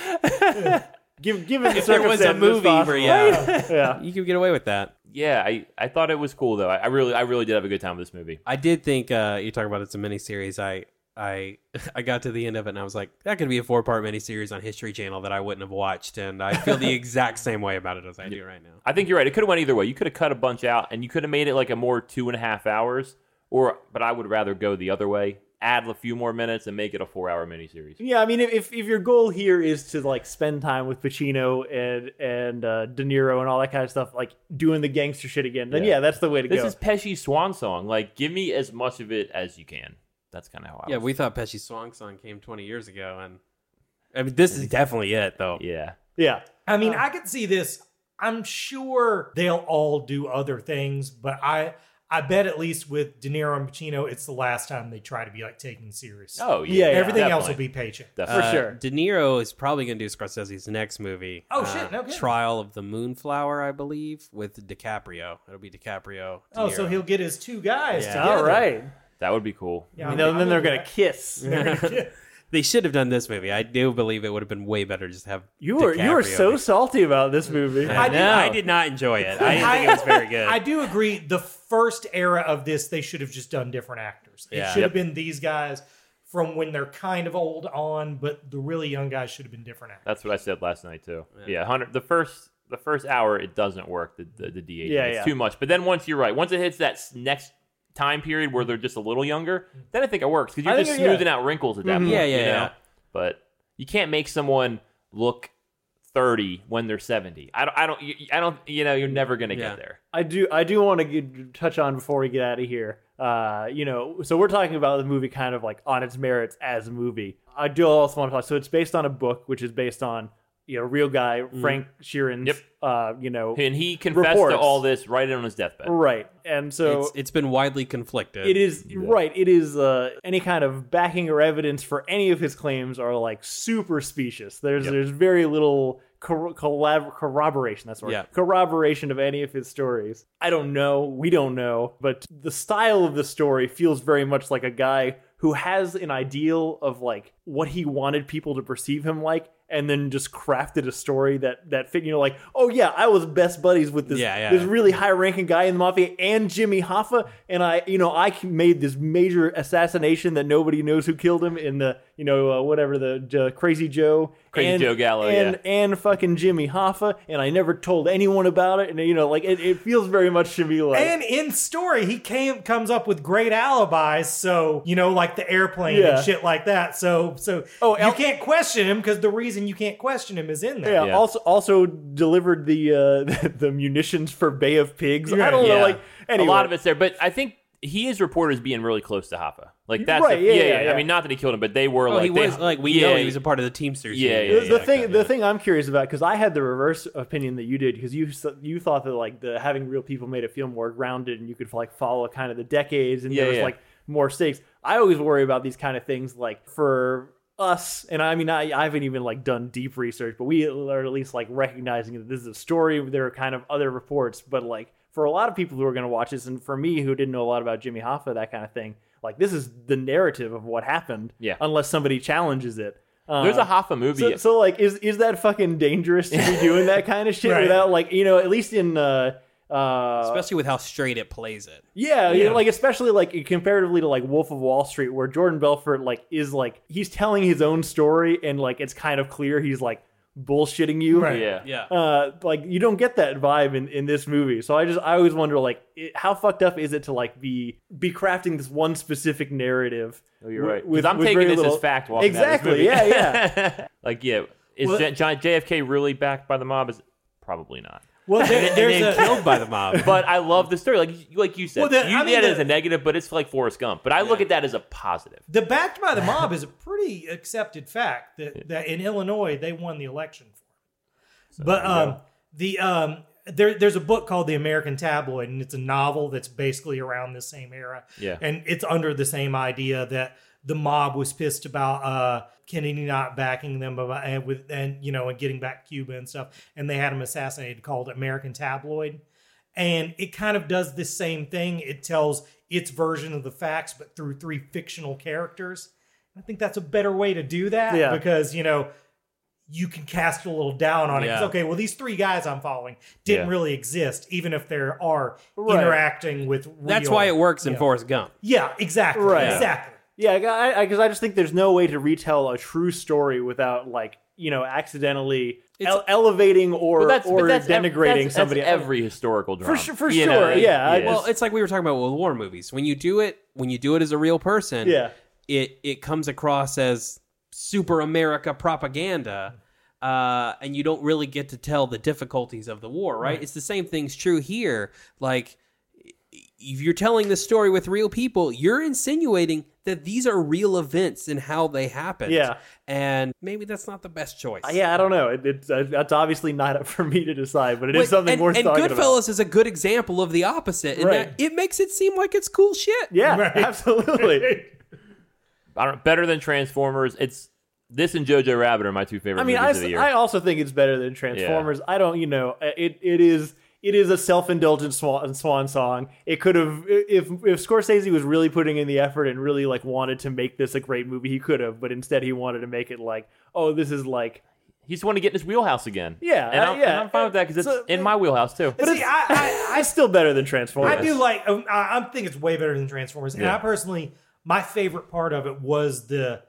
Speaker 2: give given the
Speaker 1: if there was a
Speaker 2: circumstances,
Speaker 1: movie where
Speaker 2: possible.
Speaker 1: yeah,
Speaker 2: yeah.
Speaker 1: you could get away with that.
Speaker 3: yeah, I, I thought it was cool though. I, I really I really did have a good time with this movie.
Speaker 1: I did think uh, you talk about it's a miniseries. I I I got to the end of it and I was like, that could be a four part miniseries on History Channel that I wouldn't have watched, and I feel the exact same way about it as I do right now.
Speaker 3: I think you're right. It could have went either way. You could have cut a bunch out, and you could have made it like a more two and a half hours. Or, but I would rather go the other way. Add a few more minutes and make it a four hour miniseries.
Speaker 2: Yeah, I mean, if- if if your goal here is to like spend time with Pacino and and uh, De Niro and all that kind of stuff, like doing the gangster shit again, then
Speaker 3: Yeah.
Speaker 2: yeah, that's the way to
Speaker 3: This
Speaker 2: go.
Speaker 3: is Pesci's swan song. Like, give me as much of it as you can. That's kind of how I.
Speaker 1: Yeah,
Speaker 3: was.
Speaker 1: we thought Pesci Swan Song came 20 years ago, and I mean, this is definitely it, though.
Speaker 3: yeah.
Speaker 2: yeah,
Speaker 4: I mean, I could see this. I'm sure they'll all do other things, but I I bet at least with De Niro and Pacino, it's the last time they try to be like taken serious.
Speaker 3: Oh yeah.
Speaker 2: Yeah, yeah.
Speaker 4: everything
Speaker 3: Definitely.
Speaker 4: else will be paycheck.
Speaker 2: for
Speaker 3: Definitely.
Speaker 1: Uh,
Speaker 2: sure.
Speaker 1: De Niro is probably going to do Scorsese's next movie. uh,
Speaker 4: Oh, shit, no kidding.
Speaker 1: Trial of the Moonflower, I believe, with DiCaprio. It'll be DiCaprio. De
Speaker 4: Oh, so
Speaker 1: Niro.
Speaker 4: he'll get his two guys.
Speaker 1: Yeah.
Speaker 4: together.
Speaker 2: All right.
Speaker 3: that would be cool.
Speaker 4: Yeah,
Speaker 2: You know,
Speaker 4: I'm-
Speaker 2: then they're
Speaker 4: I'm
Speaker 2: gonna kiss.
Speaker 1: They should have done this movie. I do believe it would have been way better to just have.
Speaker 2: You were you were
Speaker 1: DiCaprio
Speaker 2: so
Speaker 1: make-
Speaker 2: salty about this movie.
Speaker 1: I,
Speaker 4: I
Speaker 1: did,
Speaker 4: know.
Speaker 1: I did not enjoy it. I didn't
Speaker 4: I-
Speaker 1: think it was very good.
Speaker 4: I do agree. The first era of this, they should have just done different actors. It
Speaker 1: Yeah.
Speaker 4: should have been these guys from when they're kind of old on, but the really young guys should have been different actors.
Speaker 3: That's what I said last night too. Yeah, hundred. The first the first hour it doesn't work. The the, the DH
Speaker 2: Yeah,
Speaker 3: it's
Speaker 2: yeah.
Speaker 3: too much. But then once you're right, once it hits that s- next time period where they're just a little younger, then I think it works because
Speaker 2: I
Speaker 3: you're
Speaker 2: think
Speaker 3: just
Speaker 2: it- yeah.
Speaker 3: smoothing out wrinkles at that point.
Speaker 1: Yeah,
Speaker 3: you
Speaker 1: yeah,
Speaker 3: know?
Speaker 1: yeah.
Speaker 3: But you can't make someone look. 30 when they're 70 i don't i don't you- i don't you know you're never gonna
Speaker 1: Yeah.
Speaker 3: get there
Speaker 2: I do I do want to touch on before we get out of here. Uh, you know, so we're talking about the movie kind of like on its merits as a movie. I do also want to talk. So it's based on a book, which is based on you know real guy
Speaker 1: Mm-hmm.
Speaker 2: Frank Sheeran's.
Speaker 3: Yep.
Speaker 2: Uh, you know,
Speaker 3: and he confessed
Speaker 2: Reports.
Speaker 3: to all this right on his deathbed
Speaker 2: right, and so
Speaker 1: it's, it's been widely conflicted.
Speaker 2: It is right. It is uh, any kind of backing or evidence for any of his claims are like super specious. There's there's very little cor- collab- corroboration. That's the word.
Speaker 1: Yeah.
Speaker 2: Corroboration of any of his stories. I don't know. We don't know. But the style of the story feels very much like a guy who has an ideal of like what he wanted people to perceive him like. And then just crafted a story that that fit, you know, like, oh yeah, I was best buddies with this
Speaker 1: Yeah, yeah.
Speaker 2: this really high ranking guy in the mafia and Jimmy Hoffa. And I, you know, I made this major assassination that nobody knows who killed him in the, you know, uh, whatever the uh, Crazy Joe,
Speaker 3: Crazy
Speaker 2: and-
Speaker 3: Joe Gallo,
Speaker 2: and
Speaker 3: yeah.
Speaker 2: and fucking Jimmy Hoffa. And I never told anyone about it. And you know, like it, it feels very much to me like.
Speaker 4: And in story, he came comes up with great alibis. So you know, like the airplane
Speaker 2: Yeah.
Speaker 4: and shit like that. So so
Speaker 2: Oh, Al-
Speaker 4: you can't question him because the reason you can't question him is in there.
Speaker 2: yeah,
Speaker 3: Yeah.
Speaker 2: Also, also delivered the uh, the, munitions for Bay of Pigs. I
Speaker 4: Right,
Speaker 2: don't
Speaker 3: Yeah.
Speaker 2: know, like anyway.
Speaker 3: a lot of it's there, but I think he is reported as being really close to Hoffa. Like that's
Speaker 2: Right,
Speaker 3: the-
Speaker 2: yeah,
Speaker 3: yeah,
Speaker 2: yeah, yeah.
Speaker 3: I mean, not that he killed him, but they were
Speaker 1: Oh,
Speaker 3: like
Speaker 1: he
Speaker 3: they-
Speaker 1: was like we
Speaker 3: yeah,
Speaker 1: know he was a part of the Teamsters.
Speaker 3: Yeah,
Speaker 1: union.
Speaker 3: yeah,
Speaker 2: the, the
Speaker 3: yeah,
Speaker 2: thing
Speaker 3: kinda,
Speaker 2: the
Speaker 3: yeah.
Speaker 2: thing I'm curious about because I had the reverse opinion that you did because you s- you thought that like the having real people made it feel more grounded and you could like follow kind of the decades and
Speaker 3: Yeah,
Speaker 2: there was
Speaker 3: yeah.
Speaker 2: like more stakes. I always worry about these kind of things like for us and I mean I, I haven't even like done deep research but we are at least like recognizing that this is a story there are kind of other reports but like for a lot of people who are going to watch this and for me who didn't know a lot about Jimmy Hoffa that kind of thing like this is the narrative of what happened
Speaker 3: Yeah.
Speaker 2: unless somebody challenges it
Speaker 3: There's a
Speaker 2: Uh,
Speaker 3: Hoffa movie.
Speaker 2: so, so like, is is that fucking dangerous to be doing that kind of shit
Speaker 4: Right.
Speaker 2: without like, you know, at least in uh, uh
Speaker 1: especially with how straight it plays it.
Speaker 2: yeah, you know,
Speaker 4: Yeah.
Speaker 2: like especially like comparatively to like Wolf of Wall Street, where Jordan Belfort like is like he's telling his own story and like it's kind of clear he's like bullshitting you.
Speaker 4: Right.
Speaker 3: Yeah.
Speaker 1: Yeah.
Speaker 2: Uh, like you don't get that vibe in, in this movie. So I just I always wonder like it, how fucked up is it to like be be crafting this one specific narrative?
Speaker 3: Oh, you're
Speaker 2: wi-
Speaker 3: right.
Speaker 2: with-
Speaker 3: Because I'm
Speaker 2: with
Speaker 3: taking
Speaker 2: very
Speaker 3: this
Speaker 2: little-
Speaker 3: as fact. Walking
Speaker 2: Exactly,
Speaker 3: Out of this
Speaker 2: yeah,
Speaker 3: yeah. like, yeah. Is
Speaker 4: Well-
Speaker 3: J- John JFK really backed by the mob? Is probably not.
Speaker 4: Well, there-
Speaker 1: and
Speaker 4: there's
Speaker 1: then
Speaker 4: a
Speaker 1: killed by the mob.
Speaker 3: But I love the story. Like, you- like you said,
Speaker 4: Well, the-
Speaker 3: you
Speaker 4: I
Speaker 3: see
Speaker 4: mean,
Speaker 3: that
Speaker 4: the-
Speaker 3: as a negative, but it's like Forrest Gump. But I look at that as a positive.
Speaker 4: the backed by the mob is a pretty accepted fact that, that in Illinois they won the election for. it. but um, the um, there, there's a book called The American Tabloid, and it's a novel that's basically around the same era.
Speaker 3: Yeah.
Speaker 4: and it's under the same idea that the mob was pissed about uh, Kennedy not backing them about, and with and you know and getting back Cuba and stuff, and they had him assassinated. Called American Tabloid and it kind of does this same thing. It tells its version of the facts, but through three fictional characters. I think that's a better way to do that
Speaker 2: Yeah.
Speaker 4: because you know you can cast a little down on it. 'Cause,
Speaker 1: Yeah.
Speaker 4: Okay, well these three guys I'm following didn't
Speaker 3: Yeah.
Speaker 4: really exist, even if they are
Speaker 2: Right.
Speaker 4: interacting with. Real,
Speaker 1: That's why it works in
Speaker 4: yeah.
Speaker 1: Forrest Gump.
Speaker 4: Yeah, exactly,
Speaker 2: Right.
Speaker 4: exactly.
Speaker 2: Yeah, because I, I, 'cause I just think there's no way to retell a true story without like you know accidentally
Speaker 1: It's-
Speaker 2: ele- elevating or
Speaker 3: But that's,
Speaker 2: or
Speaker 3: but that's ev-
Speaker 2: denigrating
Speaker 3: that's-
Speaker 2: somebody
Speaker 3: That's every historical drama.
Speaker 2: su- for
Speaker 3: You know,
Speaker 2: sure,
Speaker 3: it-
Speaker 2: yeah, I-
Speaker 1: Well, it's like we were talking about with war movies. When you do it, when you do it as a real person,
Speaker 2: Yeah.
Speaker 1: it it comes across as super America propaganda, uh, and you don't really get to tell the difficulties of the war. Right? It's the same thing's true here. Like if you're telling this story with real people, you're insinuating that these are real events and how they happened.
Speaker 2: Yeah.
Speaker 1: and maybe that's not the best choice.
Speaker 2: Yeah, I don't know. It, it's uh, that's obviously not up for me to decide, but it is
Speaker 1: Wait,
Speaker 2: something
Speaker 1: and,
Speaker 2: worth
Speaker 1: and
Speaker 2: talking
Speaker 1: Goodfellas
Speaker 2: about.
Speaker 1: is a good example of the opposite. In
Speaker 2: Right.
Speaker 1: that it makes it seem like it's cool shit.
Speaker 2: Yeah,
Speaker 4: Right.
Speaker 2: absolutely.
Speaker 3: I don't, better than Transformers. It's this and Jojo Rabbit are my two favorite
Speaker 2: I mean, I,
Speaker 3: movies of
Speaker 2: s-
Speaker 3: the year.
Speaker 2: I also think it's better than Transformers. I don't, you know, uh, it it is it is a self indulgent swan, swan song. It could have if if Scorsese was really putting in the effort and really like wanted to make this a great movie, he could have. But instead, he wanted to make it like, oh, this is like.
Speaker 3: He's want to get in his wheelhouse again.
Speaker 2: Yeah,
Speaker 3: and
Speaker 2: I-
Speaker 3: I'm,
Speaker 2: yeah.
Speaker 3: and I'm fine with that because it's
Speaker 2: So-
Speaker 3: in my wheelhouse too.
Speaker 2: But
Speaker 4: See,
Speaker 2: it's,
Speaker 4: I-
Speaker 2: I, it's still better than Transformers.
Speaker 4: I do like. um, I, I think it's way better than Transformers, and
Speaker 3: Yeah.
Speaker 4: I personally, my favorite part of it was the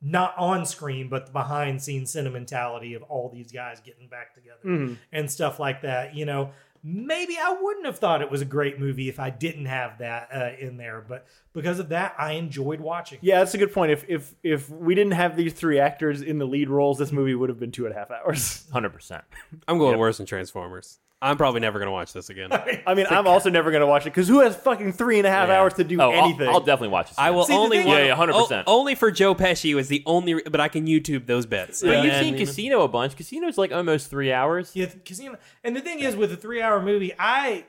Speaker 4: not on screen, but the behind scenes sentimentality of all these guys getting back together
Speaker 3: Mm-hmm.
Speaker 4: and stuff like that. You know, maybe I wouldn't have thought it was a great movie if I didn't have that uh, in there, but because of that, I enjoyed watching.
Speaker 2: Yeah, that's a good point. If if if we didn't have these three actors in the lead roles, this movie would have been two and a half hours.
Speaker 3: Hundred percent.
Speaker 1: I'm going worse than Transformers. I'm probably never going to watch this again.
Speaker 2: I mean, I'm also never gonna watch it because who has fucking three and a half
Speaker 3: Yeah.
Speaker 2: hours to do
Speaker 3: Oh, I'll-
Speaker 2: anything?
Speaker 3: I'll, definitely watch this.
Speaker 1: I will
Speaker 4: See, the
Speaker 1: only
Speaker 4: thing
Speaker 1: want
Speaker 3: is- Yeah, yeah, 100%.
Speaker 1: o- only for Joe Pesci was the only, re- but I can YouTube those bits.
Speaker 3: But
Speaker 1: And
Speaker 3: you've
Speaker 1: then-
Speaker 3: seen Casino a bunch. Casino's like almost three hours.
Speaker 4: Yeah, because you know, and the thing is, with a three hour movie, I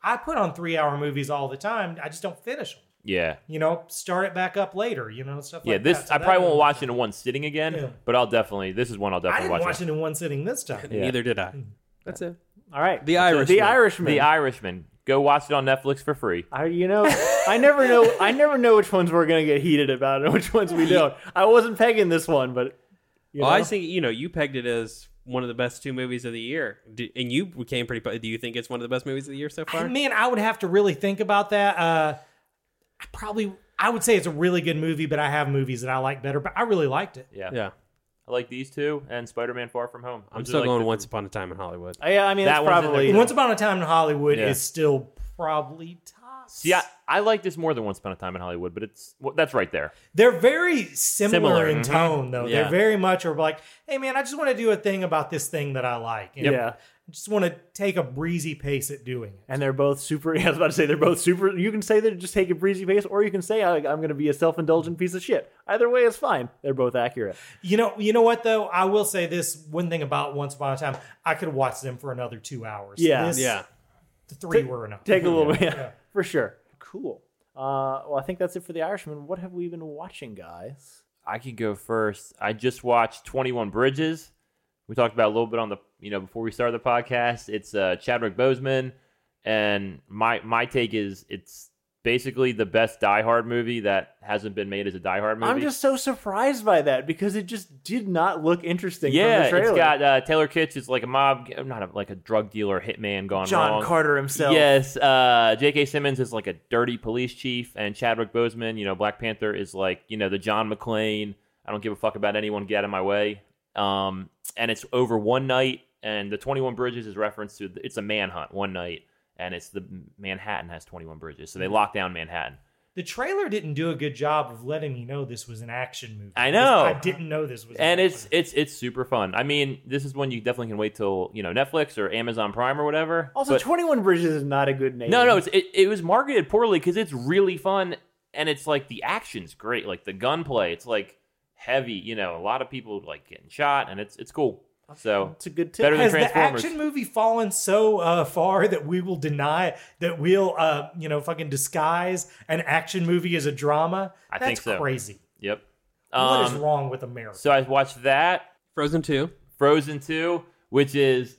Speaker 4: I put on three hour movies all the time. I just don't finish them.
Speaker 3: Yeah.
Speaker 4: You know, start it back up later. You know, stuff.
Speaker 3: Yeah,
Speaker 4: like
Speaker 3: this
Speaker 4: that. So
Speaker 3: I
Speaker 4: that
Speaker 3: probably
Speaker 4: one-
Speaker 3: won't watch it in one sitting again,
Speaker 4: Yeah.
Speaker 3: but I'll definitely. This is one I'll
Speaker 4: I
Speaker 3: definitely
Speaker 4: didn't
Speaker 3: watch.
Speaker 4: watch it in one sitting this time.
Speaker 3: Yeah.
Speaker 1: Neither did I. That's it.
Speaker 2: All right,
Speaker 1: The
Speaker 2: That's it. The
Speaker 1: Irishman.
Speaker 2: Irishman.
Speaker 3: The Irishman. Go watch it on Netflix for free.
Speaker 2: I, you know, I never know. I never know which ones we're gonna get heated about and which ones we don't. I wasn't pegging this one, but you
Speaker 1: Well,
Speaker 2: know,
Speaker 1: I think you know you pegged it as one of the best two movies of the year, Do, and you became pretty. po- Do you think it's one of the best movies of the year so far?
Speaker 4: I, man, I would have to really think about that. Uh, I probably, I would say it's a really good movie, but I have movies that I like better. But I really liked it.
Speaker 3: Yeah,
Speaker 1: yeah,
Speaker 3: I like these two and Spider-Man: Far From Home.
Speaker 1: I'm
Speaker 3: Those are
Speaker 1: still
Speaker 3: like
Speaker 1: going
Speaker 3: the-
Speaker 1: Once Upon a Time in Hollywood.
Speaker 2: yeah, I mean,
Speaker 3: That
Speaker 2: that's
Speaker 3: one's in
Speaker 2: probably
Speaker 3: there.
Speaker 4: Once Upon a Time in Hollywood
Speaker 3: Yeah.
Speaker 4: is still probably top.
Speaker 3: See, I, I like this more than Once Upon a Time in Hollywood, but it's well, that's right there.
Speaker 4: They're very similar,
Speaker 1: Similar,
Speaker 4: in
Speaker 3: mm-hmm.
Speaker 1: mhm.
Speaker 4: tone, though.
Speaker 1: Yeah.
Speaker 4: They're very much are like, hey, man, I just want to do a thing about this thing that I like. And
Speaker 2: yeah.
Speaker 4: I just want to take a breezy pace at doing it.
Speaker 2: And they're both super. I was about to say they're both super. You can say they're just take a breezy pace, or you can say I, I'm gonna be a self indulgent piece of shit. Either way, it's fine. They're both accurate.
Speaker 4: You know, you know what though? I will say this one thing about Once Upon a Time. I could watch them for another two hours.
Speaker 2: Yeah.
Speaker 4: This-
Speaker 1: Yeah,
Speaker 4: The three were enough.
Speaker 2: Take a little bit, yeah, for sure. Cool. Uh, well, I think that's it for the Irishman. What have we been watching, guys?
Speaker 3: I could go first. I just watched 21 Bridges. We talked about it a little bit on the you know before we started the podcast. It's uh, Chadwick Boseman, and my my take is it's basically the best Die Hard movie that hasn't been made as a Die Hard movie.
Speaker 2: I'm just so surprised by that because it just did not look interesting.
Speaker 3: yeah,
Speaker 2: from the trailer.
Speaker 3: it's got uh, Taylor Kitsch is like a mob, not a, like a drug dealer hitman gone
Speaker 2: John
Speaker 3: wrong.
Speaker 2: Carter himself.
Speaker 3: Yes, uh, J.K. Simmons is like a dirty police chief, and Chadwick Boseman, you know, Black Panther is like you know the John McClane. I don't give a fuck about anyone. Get out of my way. Um, and it's over one night. And the 21 Bridges is referenced to it's a manhunt one night, and it's the Manhattan has 21 bridges, so they lock down Manhattan.
Speaker 4: The trailer didn't do a good job of letting me know this was an action movie.
Speaker 3: I know.
Speaker 4: I didn't know this was. an
Speaker 3: and
Speaker 4: action
Speaker 3: it's it's it's super fun. I mean, this is one you definitely can wait till you know Netflix or Amazon Prime or whatever.
Speaker 2: Also,
Speaker 3: but-
Speaker 2: Twenty One Bridges is not a good name.
Speaker 3: no, no, it's, it it was marketed poorly because it's really fun and it's like the action's great, like the gunplay, it's like heavy. You know, a lot of people like getting shot, and it's it's cool. So
Speaker 2: it's a good tip.
Speaker 3: better than
Speaker 4: Has the
Speaker 3: Transformers.
Speaker 4: action movie fallen so uh, far that we will deny that we'll, uh, you know, fucking disguise an action movie as a drama?
Speaker 3: I
Speaker 4: That's
Speaker 3: think so.
Speaker 4: crazy.
Speaker 3: yep.
Speaker 4: what is
Speaker 3: Um,
Speaker 4: wrong with America?
Speaker 3: so I watched that
Speaker 1: Frozen Two.
Speaker 3: Frozen Two, which is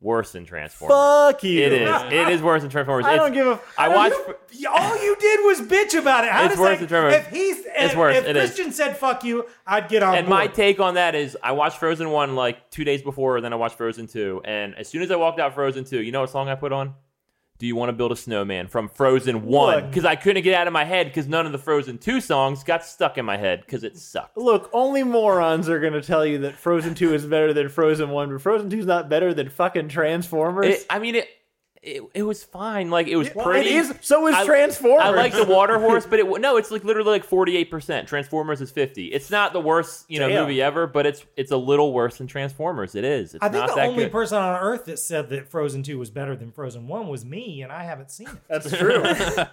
Speaker 3: worse than Transformers.
Speaker 2: Fuck you.
Speaker 3: It is. It is worse than Transformers.
Speaker 2: I
Speaker 3: It's-
Speaker 2: don't give a. f-
Speaker 3: I watched.
Speaker 4: You- all you did was bitch about it. How
Speaker 3: It's
Speaker 4: does
Speaker 3: worse than
Speaker 4: that-
Speaker 3: Trevor.
Speaker 4: If he's,
Speaker 3: It's
Speaker 4: if,
Speaker 3: worse.
Speaker 4: If
Speaker 3: It is.
Speaker 4: Christian said "fuck you," I'd get on
Speaker 3: and
Speaker 4: board.
Speaker 3: my take on that is I watched Frozen 1 like two days before, then I watched Frozen 2. And as soon as I walked out Frozen 2, you know what song I put on? Do You Want to Build a Snowman from Frozen 1.
Speaker 2: Look.
Speaker 3: Because I couldn't get it out of my head because none of the Frozen 2 songs got stuck in my head because it sucked.
Speaker 2: Look, only morons are gonna tell you that Frozen Two is better than Frozen One, but Frozen Two is not better than fucking Transformers.
Speaker 3: It, I mean, it, it it was fine. Like, it was
Speaker 2: it
Speaker 3: pretty.
Speaker 2: is. So is
Speaker 3: I-
Speaker 2: Transformers.
Speaker 3: I like the water horse, but it w- no, it's like literally like forty eight percent. Transformers is fifty. It's not the worst you know
Speaker 2: Damn.
Speaker 3: movie ever, but it's it's a little worse than Transformers. It is. It's
Speaker 4: I think
Speaker 3: not
Speaker 4: the
Speaker 3: that
Speaker 4: only
Speaker 3: good.
Speaker 4: person on Earth that said that Frozen Two was better than Frozen One was me, and I haven't seen it.
Speaker 2: That's true.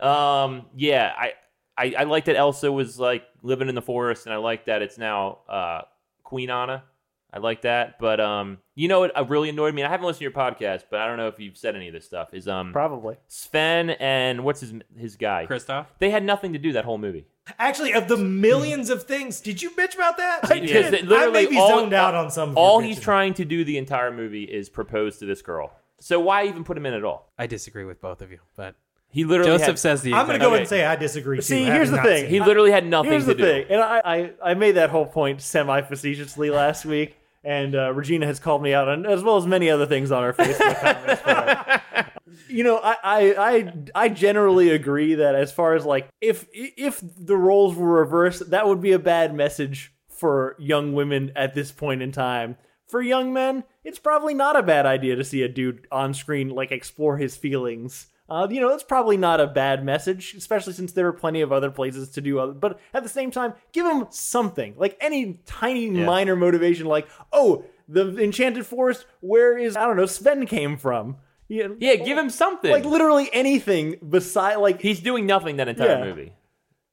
Speaker 3: Um, yeah, I, I I like that Elsa was like living in the forest, and I like that it's now uh, Queen Anna. I like that, but um, you know what uh, really annoyed me? And I haven't listened to your podcast, but I don't know if you've said any of this stuff. Is um
Speaker 2: Probably.
Speaker 3: Sven and what's his his guy?
Speaker 1: Kristoff.
Speaker 3: They had nothing to do that whole movie.
Speaker 4: Actually, of the millions of things, did you bitch about that? I
Speaker 3: Because it
Speaker 4: I may
Speaker 3: literally
Speaker 4: be
Speaker 3: all-
Speaker 4: zoned out on some. Of your
Speaker 3: All he's
Speaker 4: bitching.
Speaker 3: trying to do the entire movie is propose to this girl. So why even put him in at all?
Speaker 1: I disagree with both of you, but
Speaker 3: He literally
Speaker 1: Joseph
Speaker 3: had,
Speaker 1: says the.
Speaker 4: I'm going to
Speaker 1: exact-
Speaker 4: go
Speaker 3: Okay.
Speaker 4: and say I disagree.
Speaker 2: See,
Speaker 4: too, having
Speaker 2: here's the
Speaker 4: not
Speaker 2: thing.
Speaker 4: seen it.
Speaker 3: he literally had nothing
Speaker 2: Here's
Speaker 3: to
Speaker 2: the
Speaker 3: do.
Speaker 2: thing, and I, I I made that whole point semi facetiously last week, and uh, Regina has called me out on as well as many other things on her Facebook comments. but, you know, I, I I I generally agree that as far as like if if the roles were reversed, that would be a bad message for young women at this point in time. For young men, it's probably not a bad idea to see a dude on screen like explore his feelings. Uh, you know, that's probably not a bad message, especially since there are plenty of other places to do other. But at the same time, give him something, like any tiny minor motivation, like, oh, the enchanted forest, where is, I don't know, Sven came from. Yeah,
Speaker 3: Yeah, give him something.
Speaker 2: Like literally anything beside, like,
Speaker 3: he's doing nothing that entire
Speaker 2: Yeah.
Speaker 3: movie.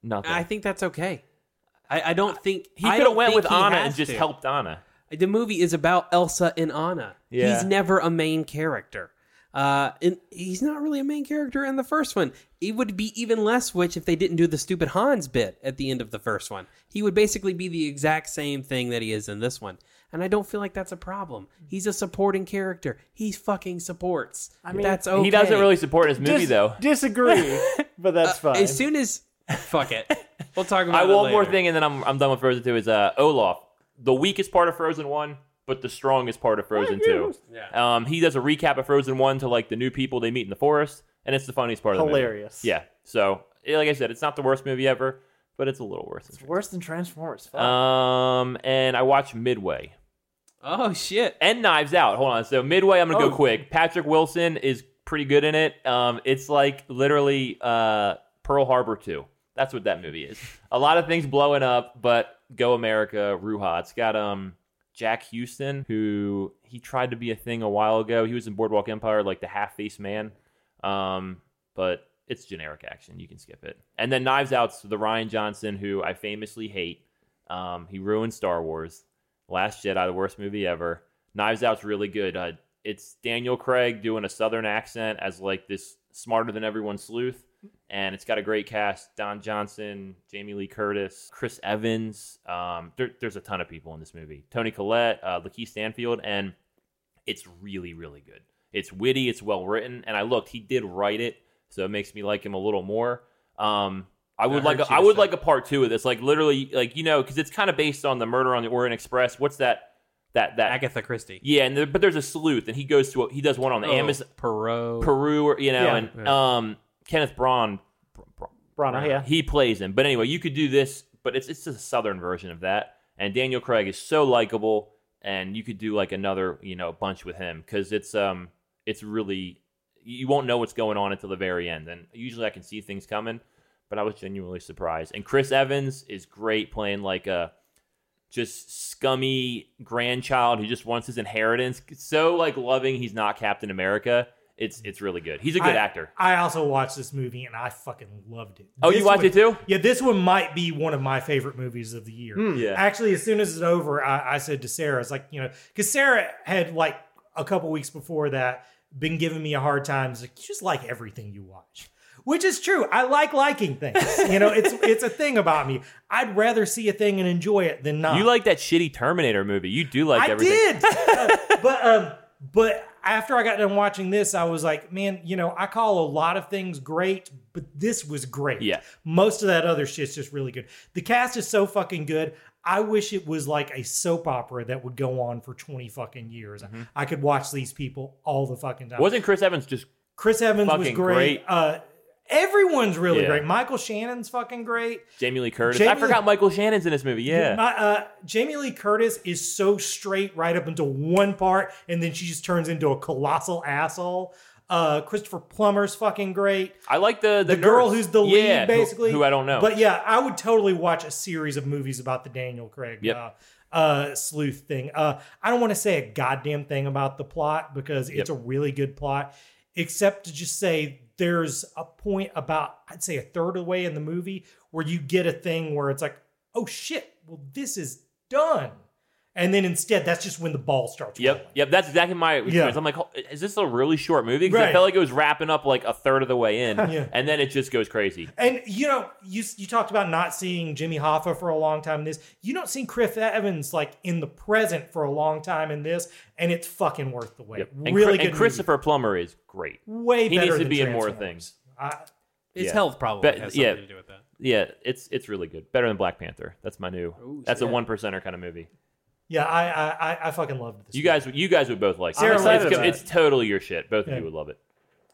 Speaker 3: Nothing.
Speaker 1: I think that's okay. I, I don't think
Speaker 3: He
Speaker 1: I
Speaker 3: could have
Speaker 1: don't
Speaker 3: went
Speaker 1: think
Speaker 3: with
Speaker 1: he
Speaker 3: Anna
Speaker 1: has
Speaker 3: and just
Speaker 1: to.
Speaker 3: helped Anna.
Speaker 1: The movie is about Elsa and Anna.
Speaker 3: Yeah.
Speaker 1: He's never a main character. Uh, and he's not really a main character in the first one. It would be even less which if they didn't do the stupid Hans bit at the end of the first one. He would basically be the exact same thing that he is in this one. And I don't feel like that's a problem. He's a supporting character. He fucking supports. I mean, that's okay.
Speaker 3: He doesn't really support his movie
Speaker 2: dis-
Speaker 3: though.
Speaker 2: disagree, but that's fine.
Speaker 1: As soon as fuck it, we'll talk about.
Speaker 3: I
Speaker 1: it
Speaker 3: one more
Speaker 1: later.
Speaker 3: thing, and then I'm I'm done with Frozen Two. Is uh, Olaf the weakest part of Frozen One, but the strongest part of Frozen Two? Yeah. Um, he does a recap of Frozen One to like the new people they meet in the forest, and it's the funniest part of the movie.
Speaker 2: Hilarious.
Speaker 3: Yeah. So yeah, like I said, it's not the worst movie ever, but it's a little worse. Than
Speaker 2: Worse than Transformers. fuck.
Speaker 3: um, and I watched Midway
Speaker 1: Oh shit!
Speaker 3: and Knives Out. Hold on. So Midway, I'm gonna
Speaker 2: Oh.
Speaker 3: go quick. Patrick Wilson is pretty good in it. Um, it's like literally uh Pearl Harbor two. That's what that movie is. A lot of things blowing up, but Go America, Ruha. It's got um Jack Houston, who he tried to be a thing a while ago. He was in Boardwalk Empire, like the half faced man. Um, but it's generic action. You can skip it. And then Knives Out's the Ryan Johnson, who I famously hate. Um, he ruined Star Wars. Last Jedi, the worst movie ever. Knives Out's really good. Uh, it's Daniel Craig doing a Southern accent as like this smarter than everyone sleuth, and it's got a great cast: Don Johnson, Jamie Lee Curtis, Chris Evans. Um, there, there's a ton of people in this movie. Tony Collette, uh, Lakeith Stanfield, and it's really really good it's witty it's well written and i looked he did write it so it makes me like him a little more um i would
Speaker 1: I
Speaker 3: like
Speaker 1: heard
Speaker 3: a,
Speaker 1: you
Speaker 3: i would
Speaker 1: say-
Speaker 3: like a part two of this like literally like you know because it's kind of based on the murder on the orient express what's that that that
Speaker 1: Agatha Christie.
Speaker 3: yeah and there, but there's a sleuth and he goes to a, he does one on the amazon
Speaker 1: Perot.
Speaker 3: peru or you know
Speaker 2: Oh. Yeah.
Speaker 3: and um kenneth braun
Speaker 2: Brana, yeah.
Speaker 3: he plays him. But anyway, you could do this, but it's it's just a southern version of that. And Daniel Craig is so likable. and you could do like another you know bunch with him because it's um it's really you won't know what's going on until the very end and usually i can see things coming but i was genuinely surprised and chris evans is great playing like a just scummy grandchild who just wants his inheritance so like loving he's not captain america it's it's really good he's a good
Speaker 4: I-
Speaker 3: actor
Speaker 4: I also watched this movie and I fucking loved it.
Speaker 3: Oh, you
Speaker 4: This
Speaker 3: watched
Speaker 4: one-
Speaker 3: it too?
Speaker 4: Yeah, this one might be one of my favorite movies of the year.
Speaker 3: Yeah.
Speaker 4: Actually, as soon as it's over, I, I said to Sarah, "It's like you know, because Sarah had like a couple weeks before that been giving me a hard time. It's like you just like everything you watch." Which is true. I like liking things. You know, it's it's a thing about me. I'd rather see a thing and enjoy it than not.
Speaker 3: you like that shitty terminator movie you do like
Speaker 4: I
Speaker 3: everything
Speaker 4: did. Uh, but um, but after I got done watching this, I was like, man, you know, I call a lot of things great, but this was great.
Speaker 3: Yeah.
Speaker 4: Most of that other shit's just really good. The cast is so fucking good. I wish it was like a soap opera that would go on for 20 fucking years.
Speaker 3: Mm-hmm.
Speaker 4: I could watch these people all the fucking time.
Speaker 3: wasn't chris evans just
Speaker 4: Chris Evans was
Speaker 3: fucking great.
Speaker 4: great. Uh everyone's really
Speaker 3: Yeah.
Speaker 4: great. Michael Shannon's fucking great.
Speaker 3: Jamie Lee Curtis. I
Speaker 4: Jamie-
Speaker 3: forgot Michael Shannon's in this movie. Yeah.
Speaker 4: My, uh, Jamie Lee Curtis is so straight right up until one part, and then she just turns into a colossal asshole. Uh, Christopher Plummer's fucking great.
Speaker 3: I like the the,
Speaker 4: The girl
Speaker 3: nurse.
Speaker 4: who's the lead,
Speaker 3: Yeah, who-
Speaker 4: basically.
Speaker 3: who, I don't know.
Speaker 4: But yeah, I would totally watch a series of movies about the Daniel Craig
Speaker 3: Yep.
Speaker 4: uh, uh, sleuth thing. Uh, I don't want to say a goddamn thing about the plot because it's a really good plot, except to just say there's a point about, I'd say, a third of the way in the movie where you get a thing where it's like, oh shit, well, this is done. And then instead, that's just when the ball starts
Speaker 3: yep,
Speaker 4: rolling.
Speaker 3: yep. That's exactly my experience.
Speaker 4: Yeah.
Speaker 3: I'm like, "Oh, is this a really short movie? Because I
Speaker 4: Right.
Speaker 3: felt like it was wrapping up like a third of the way in,
Speaker 4: Yeah.
Speaker 3: and then it just goes crazy.
Speaker 4: And you know, you you talked about not seeing Jimmy Hoffa for a long time in this. You don't see Chris Evans like in the present for a long time in this, and it's fucking worth the wait.
Speaker 3: Yep. And,
Speaker 4: really
Speaker 3: Chri-
Speaker 4: good.
Speaker 3: and Christopher Plummer is great.
Speaker 4: movie. way
Speaker 3: He
Speaker 4: better
Speaker 3: needs to
Speaker 4: than
Speaker 3: be in more
Speaker 4: Transformers.
Speaker 3: things.
Speaker 4: I,
Speaker 1: His
Speaker 3: Yeah.
Speaker 1: health probably
Speaker 3: But-
Speaker 1: has something
Speaker 3: yeah.
Speaker 1: to do with that.
Speaker 3: Yeah, it's it's really good. Better than Black Panther. That's my new.
Speaker 1: Ooh,
Speaker 3: that's a
Speaker 1: shit.
Speaker 3: one percenter kind of movie.
Speaker 4: yeah, I, I I- I fucking loved this.
Speaker 3: You guys, you guys would both like. it.
Speaker 2: Sarah
Speaker 3: it's,
Speaker 2: likes
Speaker 3: it's,
Speaker 2: it.
Speaker 3: it's totally your shit. Both
Speaker 4: Yeah.
Speaker 3: of you would love it.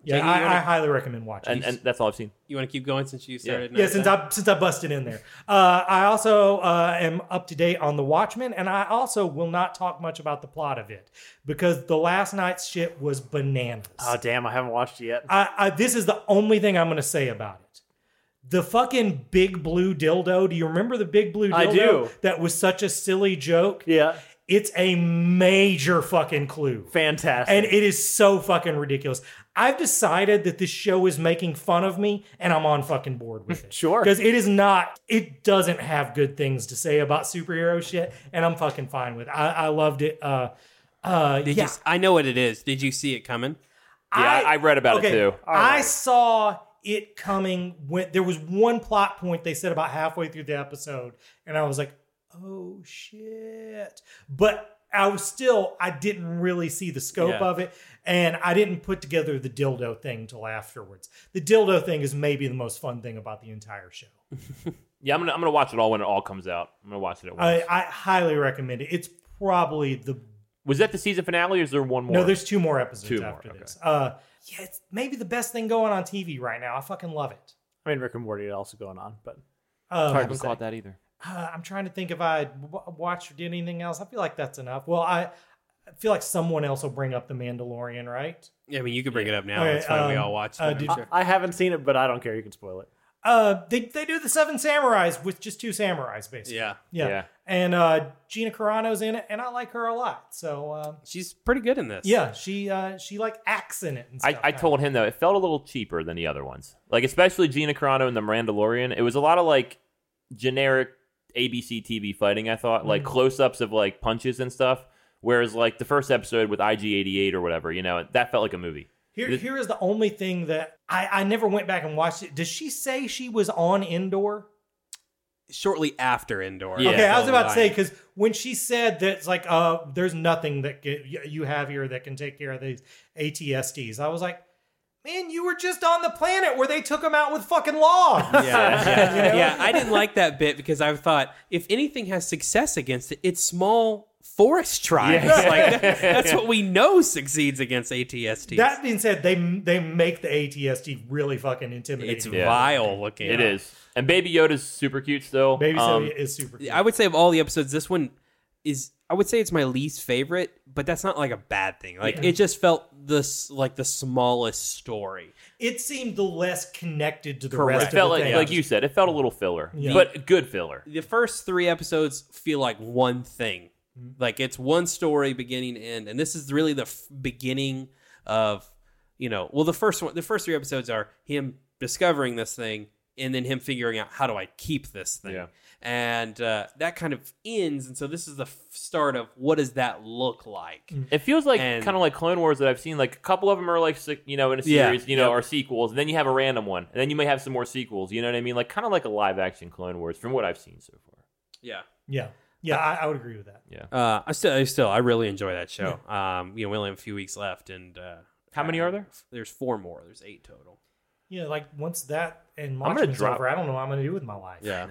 Speaker 4: yeah,
Speaker 1: Jackie, you
Speaker 4: I,
Speaker 1: wanna-
Speaker 4: I highly recommend watching.
Speaker 3: And
Speaker 4: this.
Speaker 3: and that's all I've seen.
Speaker 1: You want to keep going since you started?
Speaker 4: yeah, since
Speaker 1: I.
Speaker 4: I since I busted in there, uh, I also uh, am up to date on The Watchmen, and I also will not talk much about the plot of it because the last night's shit was bananas.
Speaker 2: Oh damn, I haven't watched it yet.
Speaker 4: I, I this is the only thing I'm going to say about it. The fucking big blue dildo. Do you remember the big blue dildo?
Speaker 2: I do.
Speaker 4: That was such a silly joke.
Speaker 2: Yeah,
Speaker 4: It's a major fucking clue.
Speaker 2: fantastic.
Speaker 4: And it is so fucking ridiculous. I've decided that this show is making fun of me and I'm on fucking board with it.
Speaker 2: Sure.
Speaker 4: Because it is not, it doesn't have good things to say about superhero shit and I'm fucking fine with it. I, I loved it. Uh, uh,
Speaker 1: Did
Speaker 4: yeah.
Speaker 1: you, s- I know what it is. Did you see it coming?
Speaker 3: Yeah, I, I read about
Speaker 4: okay,
Speaker 3: it too.
Speaker 4: I saw it coming when there was one plot point they said about halfway through the episode, and I was like, oh shit. But I was still, I didn't really see the scope
Speaker 1: Yeah.
Speaker 4: of it, and I didn't put together the dildo thing till afterwards. The dildo thing is maybe the most fun thing about the entire show.
Speaker 3: Yeah, I'm gonna I'm gonna watch it all when it all comes out. I'm gonna watch it at once.
Speaker 4: I, I highly recommend it. It's probably the
Speaker 3: Was that the season finale, or is there one more?
Speaker 4: no, there's two more episodes
Speaker 3: Two more,
Speaker 4: after
Speaker 3: okay.
Speaker 4: this. Uh, yeah, it's maybe the best thing going on TV right now. I fucking love it.
Speaker 2: I mean, Rick and Morty are also going on, but
Speaker 4: Um,
Speaker 3: I haven't caught that either.
Speaker 4: uh, I'm trying to think if I w- watched or did anything else. I feel like that's enough. Well, I I feel like someone else will bring up the Mandalorian, right?
Speaker 1: Yeah, I mean, you can bring it up now.
Speaker 4: Okay,
Speaker 1: That's fine. we
Speaker 4: um,
Speaker 1: all watched it.
Speaker 4: uh,
Speaker 1: I'm
Speaker 4: did-
Speaker 1: sure.
Speaker 2: I haven't seen it. But I don't care. You can spoil it.
Speaker 4: Uh, they they do the Seven Samurais with just two samurais, basically.
Speaker 1: yeah,
Speaker 4: yeah.
Speaker 3: Yeah.
Speaker 4: And uh, Gina Carano's in it, and I like her a lot. So um,
Speaker 1: she's pretty good in this.
Speaker 4: yeah, she uh, she like acts in it. And
Speaker 3: I,
Speaker 4: stuff
Speaker 3: I
Speaker 4: now.
Speaker 3: told him though, it felt a little cheaper than the other ones. Like especially Gina Carano and the Mandalorian. It was a lot of like generic ABC TV fighting. I thought
Speaker 4: Mm.
Speaker 3: like close ups of like punches and stuff. Whereas like the first episode with IG88 or whatever, you know, that felt like a movie.
Speaker 4: Here,
Speaker 3: Th-
Speaker 4: here is the only thing that I, I never went back and watched it. Does she say she was on Indoor?
Speaker 1: shortly after Indoor.
Speaker 3: Yeah.
Speaker 4: okay, I was about to say
Speaker 1: Line.
Speaker 4: because when she said that, it's like, uh, there's nothing that ca- y- you have here that can take care of these ATSDs. I was like, man, you were just on the planet where they took them out with fucking logs.
Speaker 1: yeah, yeah, yeah. I didn't like that bit because I thought if anything has success against it, it's small forest tribes.
Speaker 3: Yeah.
Speaker 1: Like that, that's what we know succeeds against ATST.
Speaker 4: That being said, they they make the ATSD really fucking intimidating.
Speaker 1: it's
Speaker 3: Yeah.
Speaker 1: vile looking.
Speaker 3: It is. And Baby Yoda's super cute still.
Speaker 4: Baby
Speaker 3: Um,
Speaker 4: Sylvia is super. Cute.
Speaker 1: I would say of all the episodes, this one is I would say it's my least favorite, but that's not like a bad thing. Like it just felt this like the smallest story.
Speaker 4: It seemed the less connected to the
Speaker 1: Correct.
Speaker 4: rest
Speaker 3: It
Speaker 4: of
Speaker 3: felt
Speaker 4: the
Speaker 3: like,
Speaker 4: thing.
Speaker 3: like you said, it felt a little filler,
Speaker 4: Yeah.
Speaker 3: but good filler.
Speaker 1: The first three episodes feel like one thing. Like it's one story beginning to end, and this is really the f- beginning of you know. Well, the first one, the first three episodes are him discovering this thing, and then him figuring out how do I keep this thing,
Speaker 3: Yeah.
Speaker 1: and uh, that kind of ends. And so this is the f- start of what does that look like?
Speaker 3: It feels like
Speaker 1: And-
Speaker 3: kind of like Clone Wars that I've seen. Like a couple of them are like si- you know in a
Speaker 1: Yeah.
Speaker 3: series, you know, are sequels, and then you have a random one, and then you may have some more sequels. You know what I mean? Like kind of like a live action Clone Wars from what I've seen so far.
Speaker 1: Yeah.
Speaker 4: yeah, yeah, I, I would agree with that.
Speaker 1: Uh, I still, I still, I really enjoy that show. Um, you know, we only have a few weeks left, and uh,
Speaker 3: How many are there?
Speaker 1: There's four more. There's eight total.
Speaker 4: Yeah, like once that and
Speaker 3: gonna
Speaker 4: Watchmen's
Speaker 3: drop-
Speaker 4: over, I don't know what I'm gonna do with my life.
Speaker 1: Yeah,
Speaker 3: Are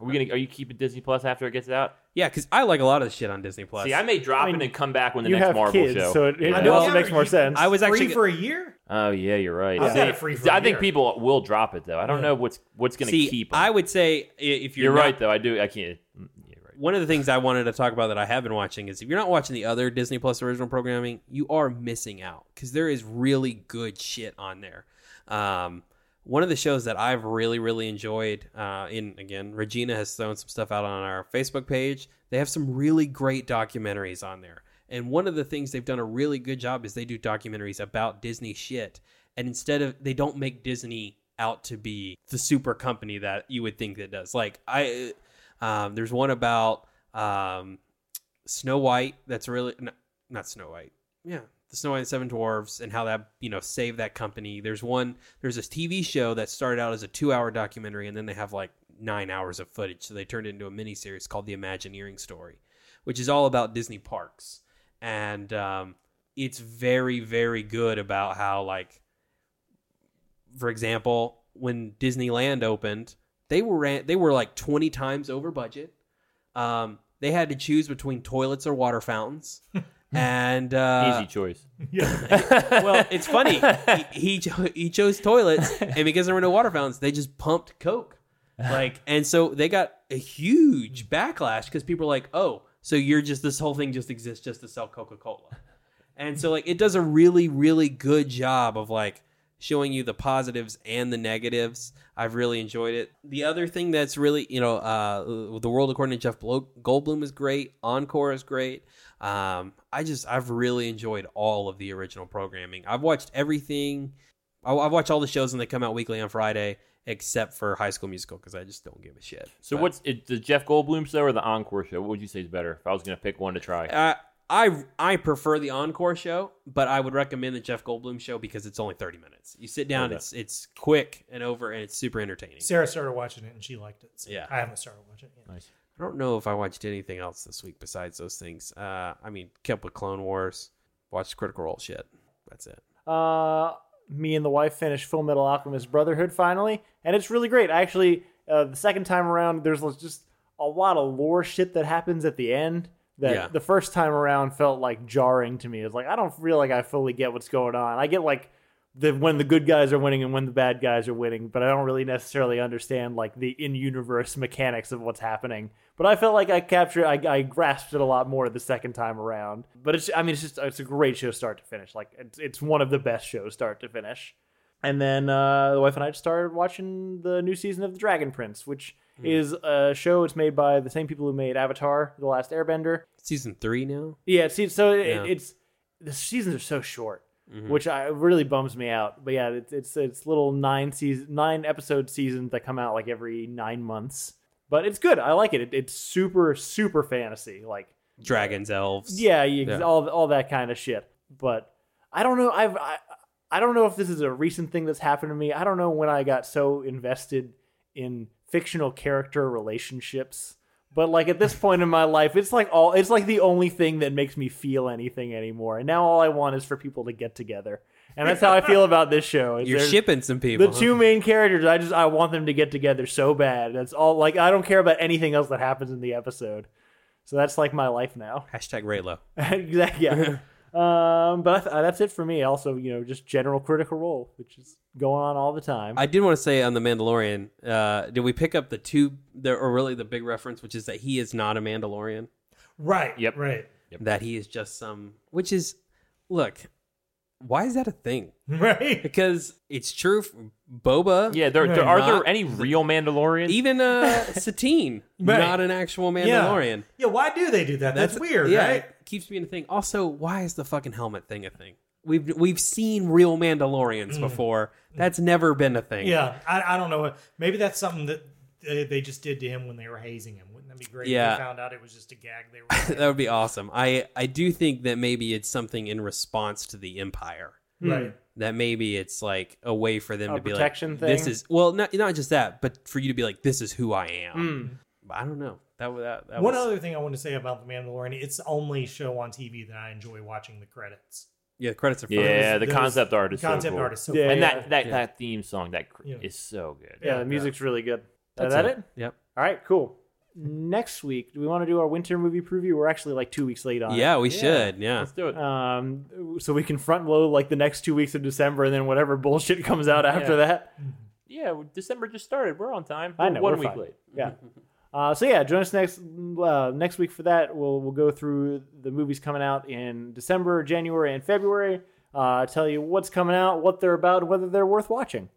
Speaker 3: we gonna? Are you keeping Disney Plus after it gets out?
Speaker 1: yeah, because I like a lot of the shit on Disney Plus.
Speaker 3: See, I may drop
Speaker 2: I mean,
Speaker 3: it and come back when the
Speaker 2: you
Speaker 3: next
Speaker 2: have
Speaker 3: Marvel
Speaker 2: kids,
Speaker 3: show.
Speaker 2: so it- it-
Speaker 3: Yeah.
Speaker 2: I know. Well, makes
Speaker 4: but
Speaker 2: more
Speaker 4: you-
Speaker 2: sense.
Speaker 1: I was actually
Speaker 4: free for a year.
Speaker 3: oh yeah, you're right.
Speaker 4: I've
Speaker 3: See,
Speaker 4: got it free for a
Speaker 3: I think
Speaker 4: year.
Speaker 3: people will drop it though. I don't know what's what's gonna
Speaker 1: see.
Speaker 3: keep. 'em.
Speaker 1: I would say i- if you're,
Speaker 3: you're
Speaker 1: not-
Speaker 3: right though. I do. I can't. mm, You're right.
Speaker 1: One of the things I wanted to talk about that I have been watching is if you're not watching the other Disney Plus original programming, you are missing out because there is really good shit on there. Um, one of the shows that I've really, really enjoyed, uh, in again, Regina has thrown some stuff out on our Facebook page. They have some really great documentaries on there. And one of the things they've done a really good job is they do documentaries about Disney shit. And instead of, they don't make Disney out to be the super company that you would think it does. Like, I, um, there's one about um, Snow White that's really n- not Snow White. Yeah, the Snow White and Seven Dwarves and how that you know saved that company. There's one. There's this TV show that started out as a two-hour documentary and then they have like nine hours of footage, so they turned it into a miniseries called The Imagineering Story, which is all about Disney parks and um, it's very very good about how like for example, when Disneyland opened, they were ran, they were like 20 times over budget. Um, they had to choose between toilets or water fountains. and uh,
Speaker 3: Easy choice.
Speaker 1: well, it's funny. He, he cho- he chose toilets, and because there were no water fountains, they just pumped Coke. Like, and so they got a huge backlash because people were like, "Oh, so you're just this whole thing just exists just to sell Coca Cola." And so, like, it does a really, really good job of like showing you the positives and the negatives. I've really enjoyed it. The other thing that's really, you know, uh, the world according to Jeff Blo- Goldblum is great. Encore is great. Um, I just, I've really enjoyed all of the original programming. I've watched everything. I, I've watched all the shows when they come out weekly on Friday, except for High School Musical because I just don't give a shit.
Speaker 3: So
Speaker 1: But-
Speaker 3: what's it, the Jeff Goldblum show or the Encore show? What would you say is better? If I was gonna pick one to try,
Speaker 1: Uh, I I prefer the encore show, but I would recommend the Jeff Goldblum show because it's only thirty minutes. You sit down,
Speaker 3: Okay.
Speaker 1: it's it's quick and over, and it's super entertaining.
Speaker 4: Sarah started watching it and she liked it. So
Speaker 1: Yeah.
Speaker 4: I haven't started watching it yet.
Speaker 3: nice.
Speaker 1: I don't know if I watched anything else this week besides those things. Uh, I mean, kept with Clone Wars, watched Critical Role shit. That's it.
Speaker 2: uh, me and the wife finished Full Metal Alchemist Brotherhood finally, and it's really great. Actually, uh, the second time around, there's just a lot of lore shit that happens at the end that
Speaker 1: Yeah.
Speaker 2: the first time around felt like jarring to me. It was like I don't feel like I fully get what's going on. I get like the when the good guys are winning and when the bad guys are winning, but I don't really necessarily understand like the in-universe mechanics of what's happening. But I felt like I captured, I, I grasped it a lot more the second time around. But it's, I mean, it's just it's a great show start to finish. Like it's it's one of the best shows start to finish. And then uh, the wife and I just started watching the new season of The Dragon Prince, which is a show. It's made by the same people who made Avatar: The Last Airbender.
Speaker 1: Season three now.
Speaker 2: Yeah, see, so it,
Speaker 1: Yeah.
Speaker 2: it's the seasons are so short, which I really bums me out. But yeah, it's it's it's little nine season nine episode seasons that come out like every nine months. But it's good. I like it. it it's super super fantasy. Like
Speaker 1: Dragons, elves.
Speaker 2: yeah, you,
Speaker 1: Yeah.
Speaker 2: all all that kind of shit. But I don't know. I've I, I don't know if this is a recent thing that's happened to me. I don't know when I got so invested in fictional character relationships. But like at this point in my life, it's like all it's like the only thing that makes me feel anything anymore. And now all I want is for people to get together. And that's how I feel about this show. is
Speaker 1: you're
Speaker 2: there's-
Speaker 1: shipping some people.
Speaker 2: the
Speaker 1: huh?
Speaker 2: two main characters i just i want them to get together so bad that's all like i don't care about anything else that happens in the episode so that's like my life now
Speaker 1: hashtag Raylo.
Speaker 2: exactly yeah um but I th- that's it for me also you know just general critical role which is going on all the time
Speaker 1: I did want to say on the Mandalorian, uh, did we pick up the two, the, or really the big reference, which is that he is not a Mandalorian?
Speaker 4: Right.
Speaker 3: Yep.
Speaker 4: Right.
Speaker 1: that he is just some which is look why is that a thing
Speaker 4: Right.
Speaker 1: because it's true f- boba
Speaker 3: Yeah, there, there
Speaker 4: Yeah.
Speaker 3: are there
Speaker 1: Not-
Speaker 3: any real Mandalorians?
Speaker 1: even uh satine
Speaker 4: Right.
Speaker 1: not an actual
Speaker 4: Yeah.
Speaker 1: mandalorian
Speaker 4: Yeah. Why do they do that? That's, weird,
Speaker 1: yeah
Speaker 4: right?
Speaker 1: it keeps being a thing also why is the fucking helmet thing a thing we've we've seen real mandalorians
Speaker 4: Mm.
Speaker 1: before that's never been a thing
Speaker 4: Yeah. I, I don't know. Maybe that's something that they, they just did to him when they were hazing him. Wouldn't that be great?
Speaker 1: Yeah.
Speaker 4: If they found out it was just a gag. They were.
Speaker 1: that would be awesome i i do think that maybe it's something in response to the empire
Speaker 4: right.
Speaker 1: that maybe it's like a way for them
Speaker 2: A
Speaker 1: to be
Speaker 2: protection
Speaker 1: like this
Speaker 2: thing?
Speaker 1: is well not not just that but for you to be like this is who I
Speaker 2: Hmm.
Speaker 1: am. But I don't know. That wa- that, that
Speaker 4: One
Speaker 1: was
Speaker 4: other thing I want to say about The Mandalorian, it's the only show on TV that I enjoy watching the credits.
Speaker 1: yeah, credits are fun.
Speaker 3: yeah, the
Speaker 4: Those-
Speaker 3: concept art is
Speaker 4: Concept
Speaker 3: so cool.
Speaker 4: artist. So
Speaker 2: Yeah.
Speaker 3: and that that,
Speaker 1: Yeah.
Speaker 3: that theme song that cr-
Speaker 4: Yeah.
Speaker 3: is so good.
Speaker 2: Yeah, the music's really good. Is
Speaker 1: That's
Speaker 2: that it?
Speaker 1: Yep.
Speaker 2: All right, cool. Next week, do we want to do our winter movie preview? We're actually like two weeks late on it.
Speaker 1: Yeah, we should. Yeah.
Speaker 3: Let's do it.
Speaker 2: Um, so we can front load like the next two weeks of December, and then whatever bullshit comes out after that.
Speaker 3: Yeah, well, December just started. We're on time.
Speaker 2: I know,
Speaker 3: One
Speaker 2: we're
Speaker 3: week
Speaker 2: fine.
Speaker 3: late.
Speaker 2: Yeah. Uh, so yeah, join us next uh, next week for that. We'll we'll go through the movies coming out in December, January, and February. Uh, tell you what's coming out, what they're about, whether they're worth watching.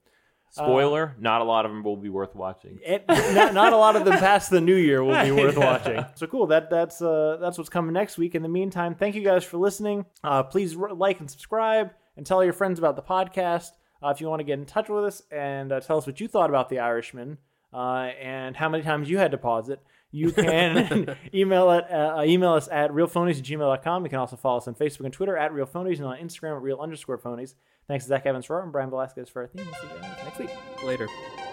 Speaker 3: Spoiler: Not a lot of them will be worth watching.
Speaker 2: It, not, not a lot of them past the new year will be worth watching. So cool. That that's uh, that's what's coming next week. In the meantime, thank you guys for listening. Uh, please r- like and subscribe, and tell your friends about the podcast. Uh, if you want to get in touch with us and uh, tell us what you thought about The Irishman uh, and how many times you had to pause it, you can email it uh, email us at realphonies at gmail.com. You can also follow us on Facebook and Twitter at realphonies and on Instagram at real underscore phonies. Thanks to Zach Evans for art and Brian Velasquez for our theme. We'll see you guys next week.
Speaker 1: Later.
Speaker 4: Bye.